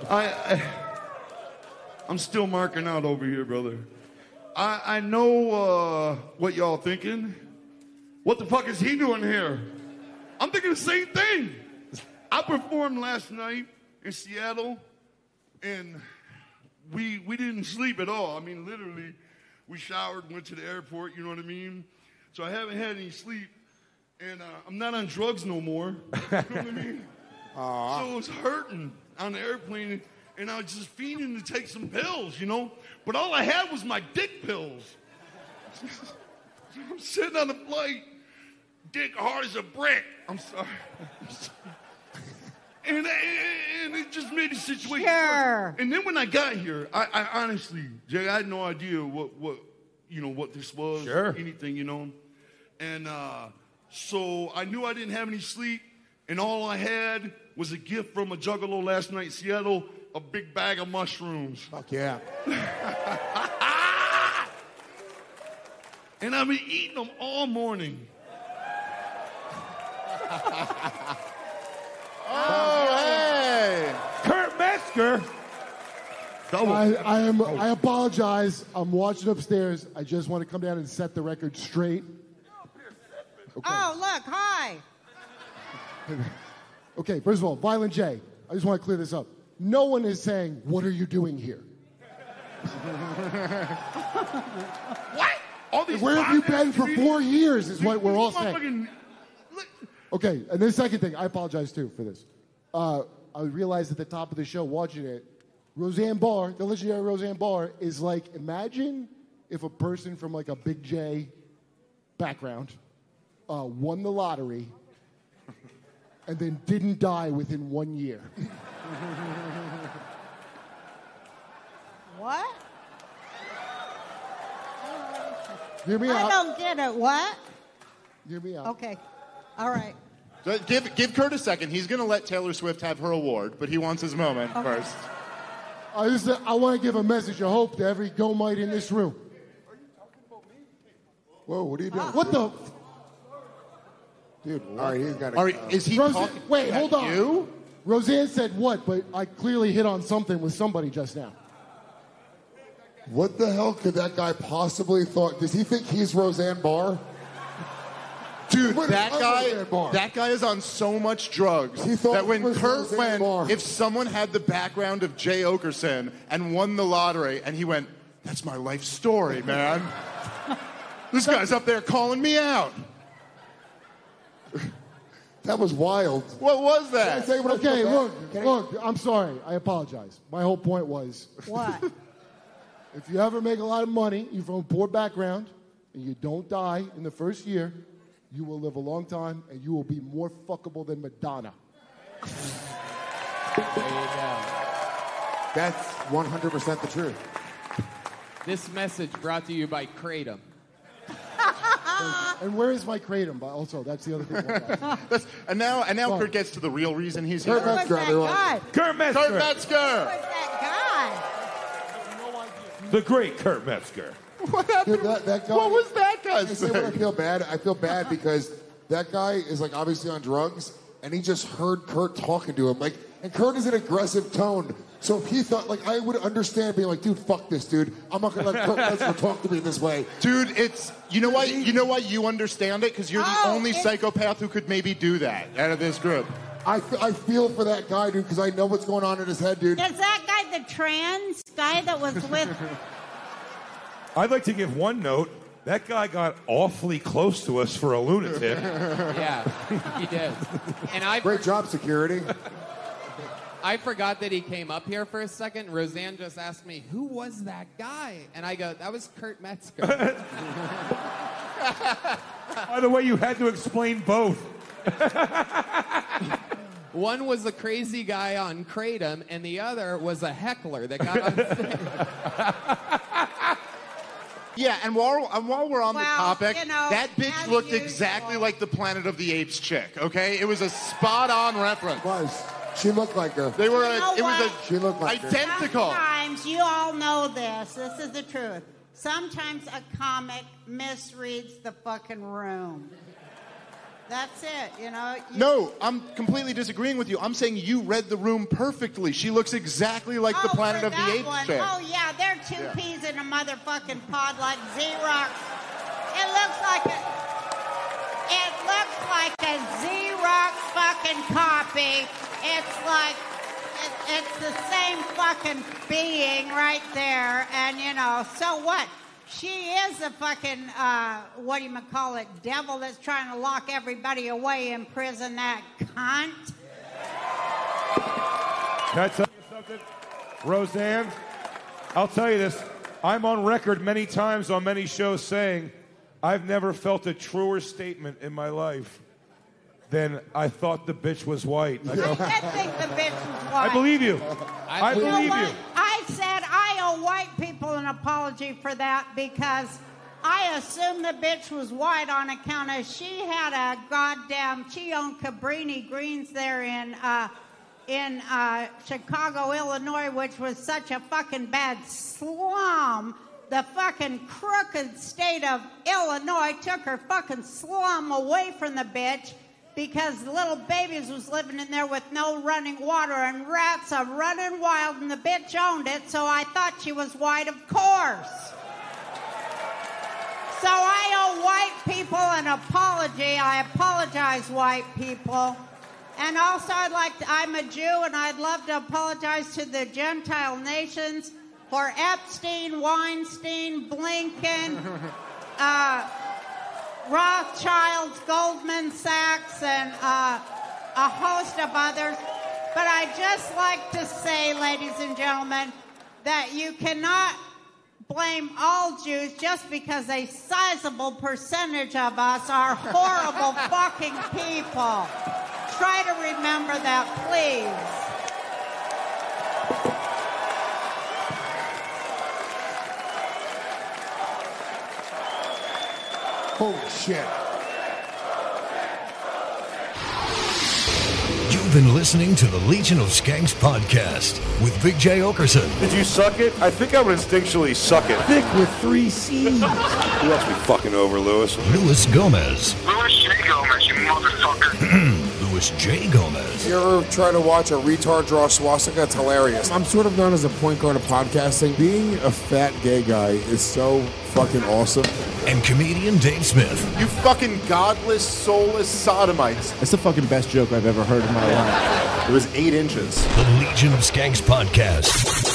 [SPEAKER 39] I, I I'm still marking out over here, brother. I I know uh, what y'all thinking. What the fuck is he doing here? I'm thinking the same thing. I performed last night in Seattle, and we we didn't sleep at all. I mean, literally, we showered, went to the airport. You know what I mean? So I haven't had any sleep, and uh, I'm not on drugs no more. You know what I mean? So I was hurting on the airplane, and I was just fiending to take some pills, you know. But all I had was my dick pills. I'm sitting on the flight, dick hard as a brick. I'm sorry. And, and, and it just made the situation worse. And then when I got here, I, I honestly, Jay, I had no idea what, what you know what this was,
[SPEAKER 2] Sure.
[SPEAKER 39] anything, you know. And uh, so I knew I didn't have any sleep, and all I had was a gift from a juggalo last night in Seattle, a big bag of mushrooms. Fuck yeah. and I've been eating them all morning.
[SPEAKER 5] Oh, hey.
[SPEAKER 2] Kurt Metzger.
[SPEAKER 6] I, I am. I apologize. I'm watching upstairs. I just want to come down and set the record straight.
[SPEAKER 12] Oh, look, hi.
[SPEAKER 6] Okay. First of all, Violent J. I just want to clear this up. No one is saying, "What are you doing here?"
[SPEAKER 39] What? All these
[SPEAKER 6] Where have you
[SPEAKER 39] modern
[SPEAKER 6] been for
[SPEAKER 39] comedians?
[SPEAKER 6] four years? Is what we're all
[SPEAKER 39] These
[SPEAKER 6] saying.
[SPEAKER 39] motherfucking-
[SPEAKER 6] Okay, and the second thing, I apologize too for this. Uh, I realized at the top of the show watching it, Roseanne Barr, the legendary Roseanne Barr, is like imagine if a person from like a Big J background uh, won the lottery and then didn't die within one year.
[SPEAKER 12] What?
[SPEAKER 6] Hear me
[SPEAKER 12] I
[SPEAKER 6] out.
[SPEAKER 12] don't get it. What?
[SPEAKER 6] Hear me out.
[SPEAKER 3] Oh.
[SPEAKER 12] Okay. All right.
[SPEAKER 44] So give give Kurt a second. He's gonna let Taylor Swift have her award, but he wants his moment first.
[SPEAKER 6] I, just, I want to give a message of hope to every gomite in this room.
[SPEAKER 25] Whoa, what are you doing?
[SPEAKER 39] Ah.
[SPEAKER 6] What the?
[SPEAKER 25] Dude, all right, he's got
[SPEAKER 44] All right, is he
[SPEAKER 6] Rosie-
[SPEAKER 44] talking?
[SPEAKER 6] Wait, hold on.
[SPEAKER 44] You?
[SPEAKER 6] Roseanne said what, but I clearly hit on something with somebody just now.
[SPEAKER 5] What the hell could that guy possibly thought? Does he think he's Roseanne Barr?
[SPEAKER 3] Dude,
[SPEAKER 5] What
[SPEAKER 3] that
[SPEAKER 5] is
[SPEAKER 3] guy,
[SPEAKER 5] Roseanne Barr?
[SPEAKER 3] that guy is on so much drugs
[SPEAKER 5] He thought
[SPEAKER 3] that when
[SPEAKER 5] it was
[SPEAKER 3] Kurt
[SPEAKER 5] Roseanne
[SPEAKER 3] went,
[SPEAKER 5] Barr.
[SPEAKER 3] if someone had the background of Jay Okerson and won the lottery, and he went, "That's my life story, man." this guy's up there calling me out.
[SPEAKER 5] That was wild.
[SPEAKER 3] What was that?
[SPEAKER 6] okay, look, look, I'm sorry. I apologize. My whole point was
[SPEAKER 12] What?
[SPEAKER 6] if you ever make a lot of money, you're from a poor background, and you don't die in the first year, you will live a long time and you will be more fuckable than Madonna.
[SPEAKER 5] That's 100% the truth.
[SPEAKER 34] This message brought to you by Kratom.
[SPEAKER 6] And where is my kratom? But also, that's the other thing.
[SPEAKER 3] That's- and now, and now, Kurt gets to the real reason he's
[SPEAKER 6] Kurt
[SPEAKER 3] here.
[SPEAKER 6] Metzger, everyone.
[SPEAKER 2] Kurt Metzger.
[SPEAKER 3] Kurt Metzger.
[SPEAKER 2] The great Kurt Metzger.
[SPEAKER 5] What happened? That, that guy, what was
[SPEAKER 3] that guy?
[SPEAKER 5] I say what I feel bad. I feel bad because that guy is like obviously on drugs, and he just heard Kurt talking to him. Like, and Kurt is an aggressive tone. So if he thought, like, I would understand being like, dude, fuck this, dude. I'm not gonna let Kurt Metzger talk to me this way.
[SPEAKER 3] Dude, it's you know why you know why you understand it because you're the only psychopath who could maybe do that out of this group.
[SPEAKER 5] I, f- I feel for that guy, dude, because I know what's going on in his head, dude.
[SPEAKER 12] Is that guy the trans guy that was with?
[SPEAKER 2] I'd like to give one note. That guy got awfully close to us for a lunatic.
[SPEAKER 34] yeah, he did. And I
[SPEAKER 5] Great job, security.
[SPEAKER 34] I forgot that he came up here for a second. Roseanne just asked me, "Who was that guy?" And I go, "That was Kurt Metzger."
[SPEAKER 2] By the way, you had to explain both.
[SPEAKER 34] One was the crazy guy on kratom, and the other was a heckler that got on
[SPEAKER 3] Yeah, and while and while we're on
[SPEAKER 34] Well,
[SPEAKER 3] the topic,
[SPEAKER 34] you know,
[SPEAKER 3] that bitch
[SPEAKER 34] as
[SPEAKER 3] looked
[SPEAKER 34] usual.
[SPEAKER 3] exactly like the Planet of the Apes chick. Okay, it was a spot-on reference.
[SPEAKER 5] was. She looked like her.
[SPEAKER 3] They were.
[SPEAKER 12] You
[SPEAKER 3] a,
[SPEAKER 12] know
[SPEAKER 3] it was
[SPEAKER 12] what?
[SPEAKER 3] a.
[SPEAKER 5] She looked like her.
[SPEAKER 3] identical.
[SPEAKER 12] Sometimes you all know this. This is the truth. Sometimes a comic misreads the fucking room. That's it. You know. You-
[SPEAKER 3] No, I'm completely disagreeing with you. I'm saying you read the room perfectly. She looks exactly like the
[SPEAKER 12] Oh,
[SPEAKER 3] Planet
[SPEAKER 12] for
[SPEAKER 3] of the
[SPEAKER 12] that
[SPEAKER 3] Apes
[SPEAKER 12] one.
[SPEAKER 3] chick.
[SPEAKER 12] Oh yeah, they're two
[SPEAKER 3] Yeah.
[SPEAKER 12] peas in a motherfucking pod like Xerox. It looks like a. It looks like a Xerox fucking copy. It's like. It, it's the same fucking being right there, and you know. So what? She is a fucking uh, what do you call it? Devil that's trying to lock everybody away in prison. That cunt.
[SPEAKER 2] Can I tell you something? Roseanne, I'll tell you this. I'm on record many times on many shows saying I've never felt a truer statement in my life than I thought the bitch was white. I, go,
[SPEAKER 12] I did think the bitch was white.
[SPEAKER 2] I believe you. I
[SPEAKER 12] know
[SPEAKER 2] believe
[SPEAKER 12] what?
[SPEAKER 2] you.
[SPEAKER 12] I said I owe white people an apology for that because I assumed the bitch was white on account of she had a goddamn she owned Cabrini Greens there in uh, in uh, Chicago, Illinois, which was such a fucking bad slum. The fucking crooked state of Illinois took her fucking slum away from the bitch because little babies was living in there with no running water and rats are running wild and the bitch owned it so i thought she was white of course so i owe white people an apology i apologize white people and also i'd like to, i'm a jew and i'd love to apologize to the gentile nations for epstein weinstein blinken uh, Rothschilds, Goldman Sachs, and uh, a host of others. But I just like to say, ladies and gentlemen, that you cannot blame all Jews just because a sizable percentage of us are horrible fucking people. Try to remember that, please.
[SPEAKER 5] Holy shit.
[SPEAKER 1] You've been listening to the Legion of Skanks podcast with Big J. Okerson.
[SPEAKER 46] Did you suck it? I think I would instinctually suck it. Thick with three C's. Who else we fucking over, Lewis?
[SPEAKER 1] Luis Gomez.
[SPEAKER 46] Lewis J. Gomez, you motherfucker.
[SPEAKER 1] Louis
[SPEAKER 8] host, Jay Gomez.
[SPEAKER 5] You ever try to watch a retard draw swastika? It's hilarious. I'm sort of known as a point guard of podcasting. Being a fat gay guy is so fucking awesome.
[SPEAKER 8] And comedian Dave Smith.
[SPEAKER 3] You fucking godless, soulless sodomites.
[SPEAKER 47] It's the fucking best joke I've ever heard in my life.
[SPEAKER 3] It was eight inches.
[SPEAKER 8] The Legion of Skanks podcast.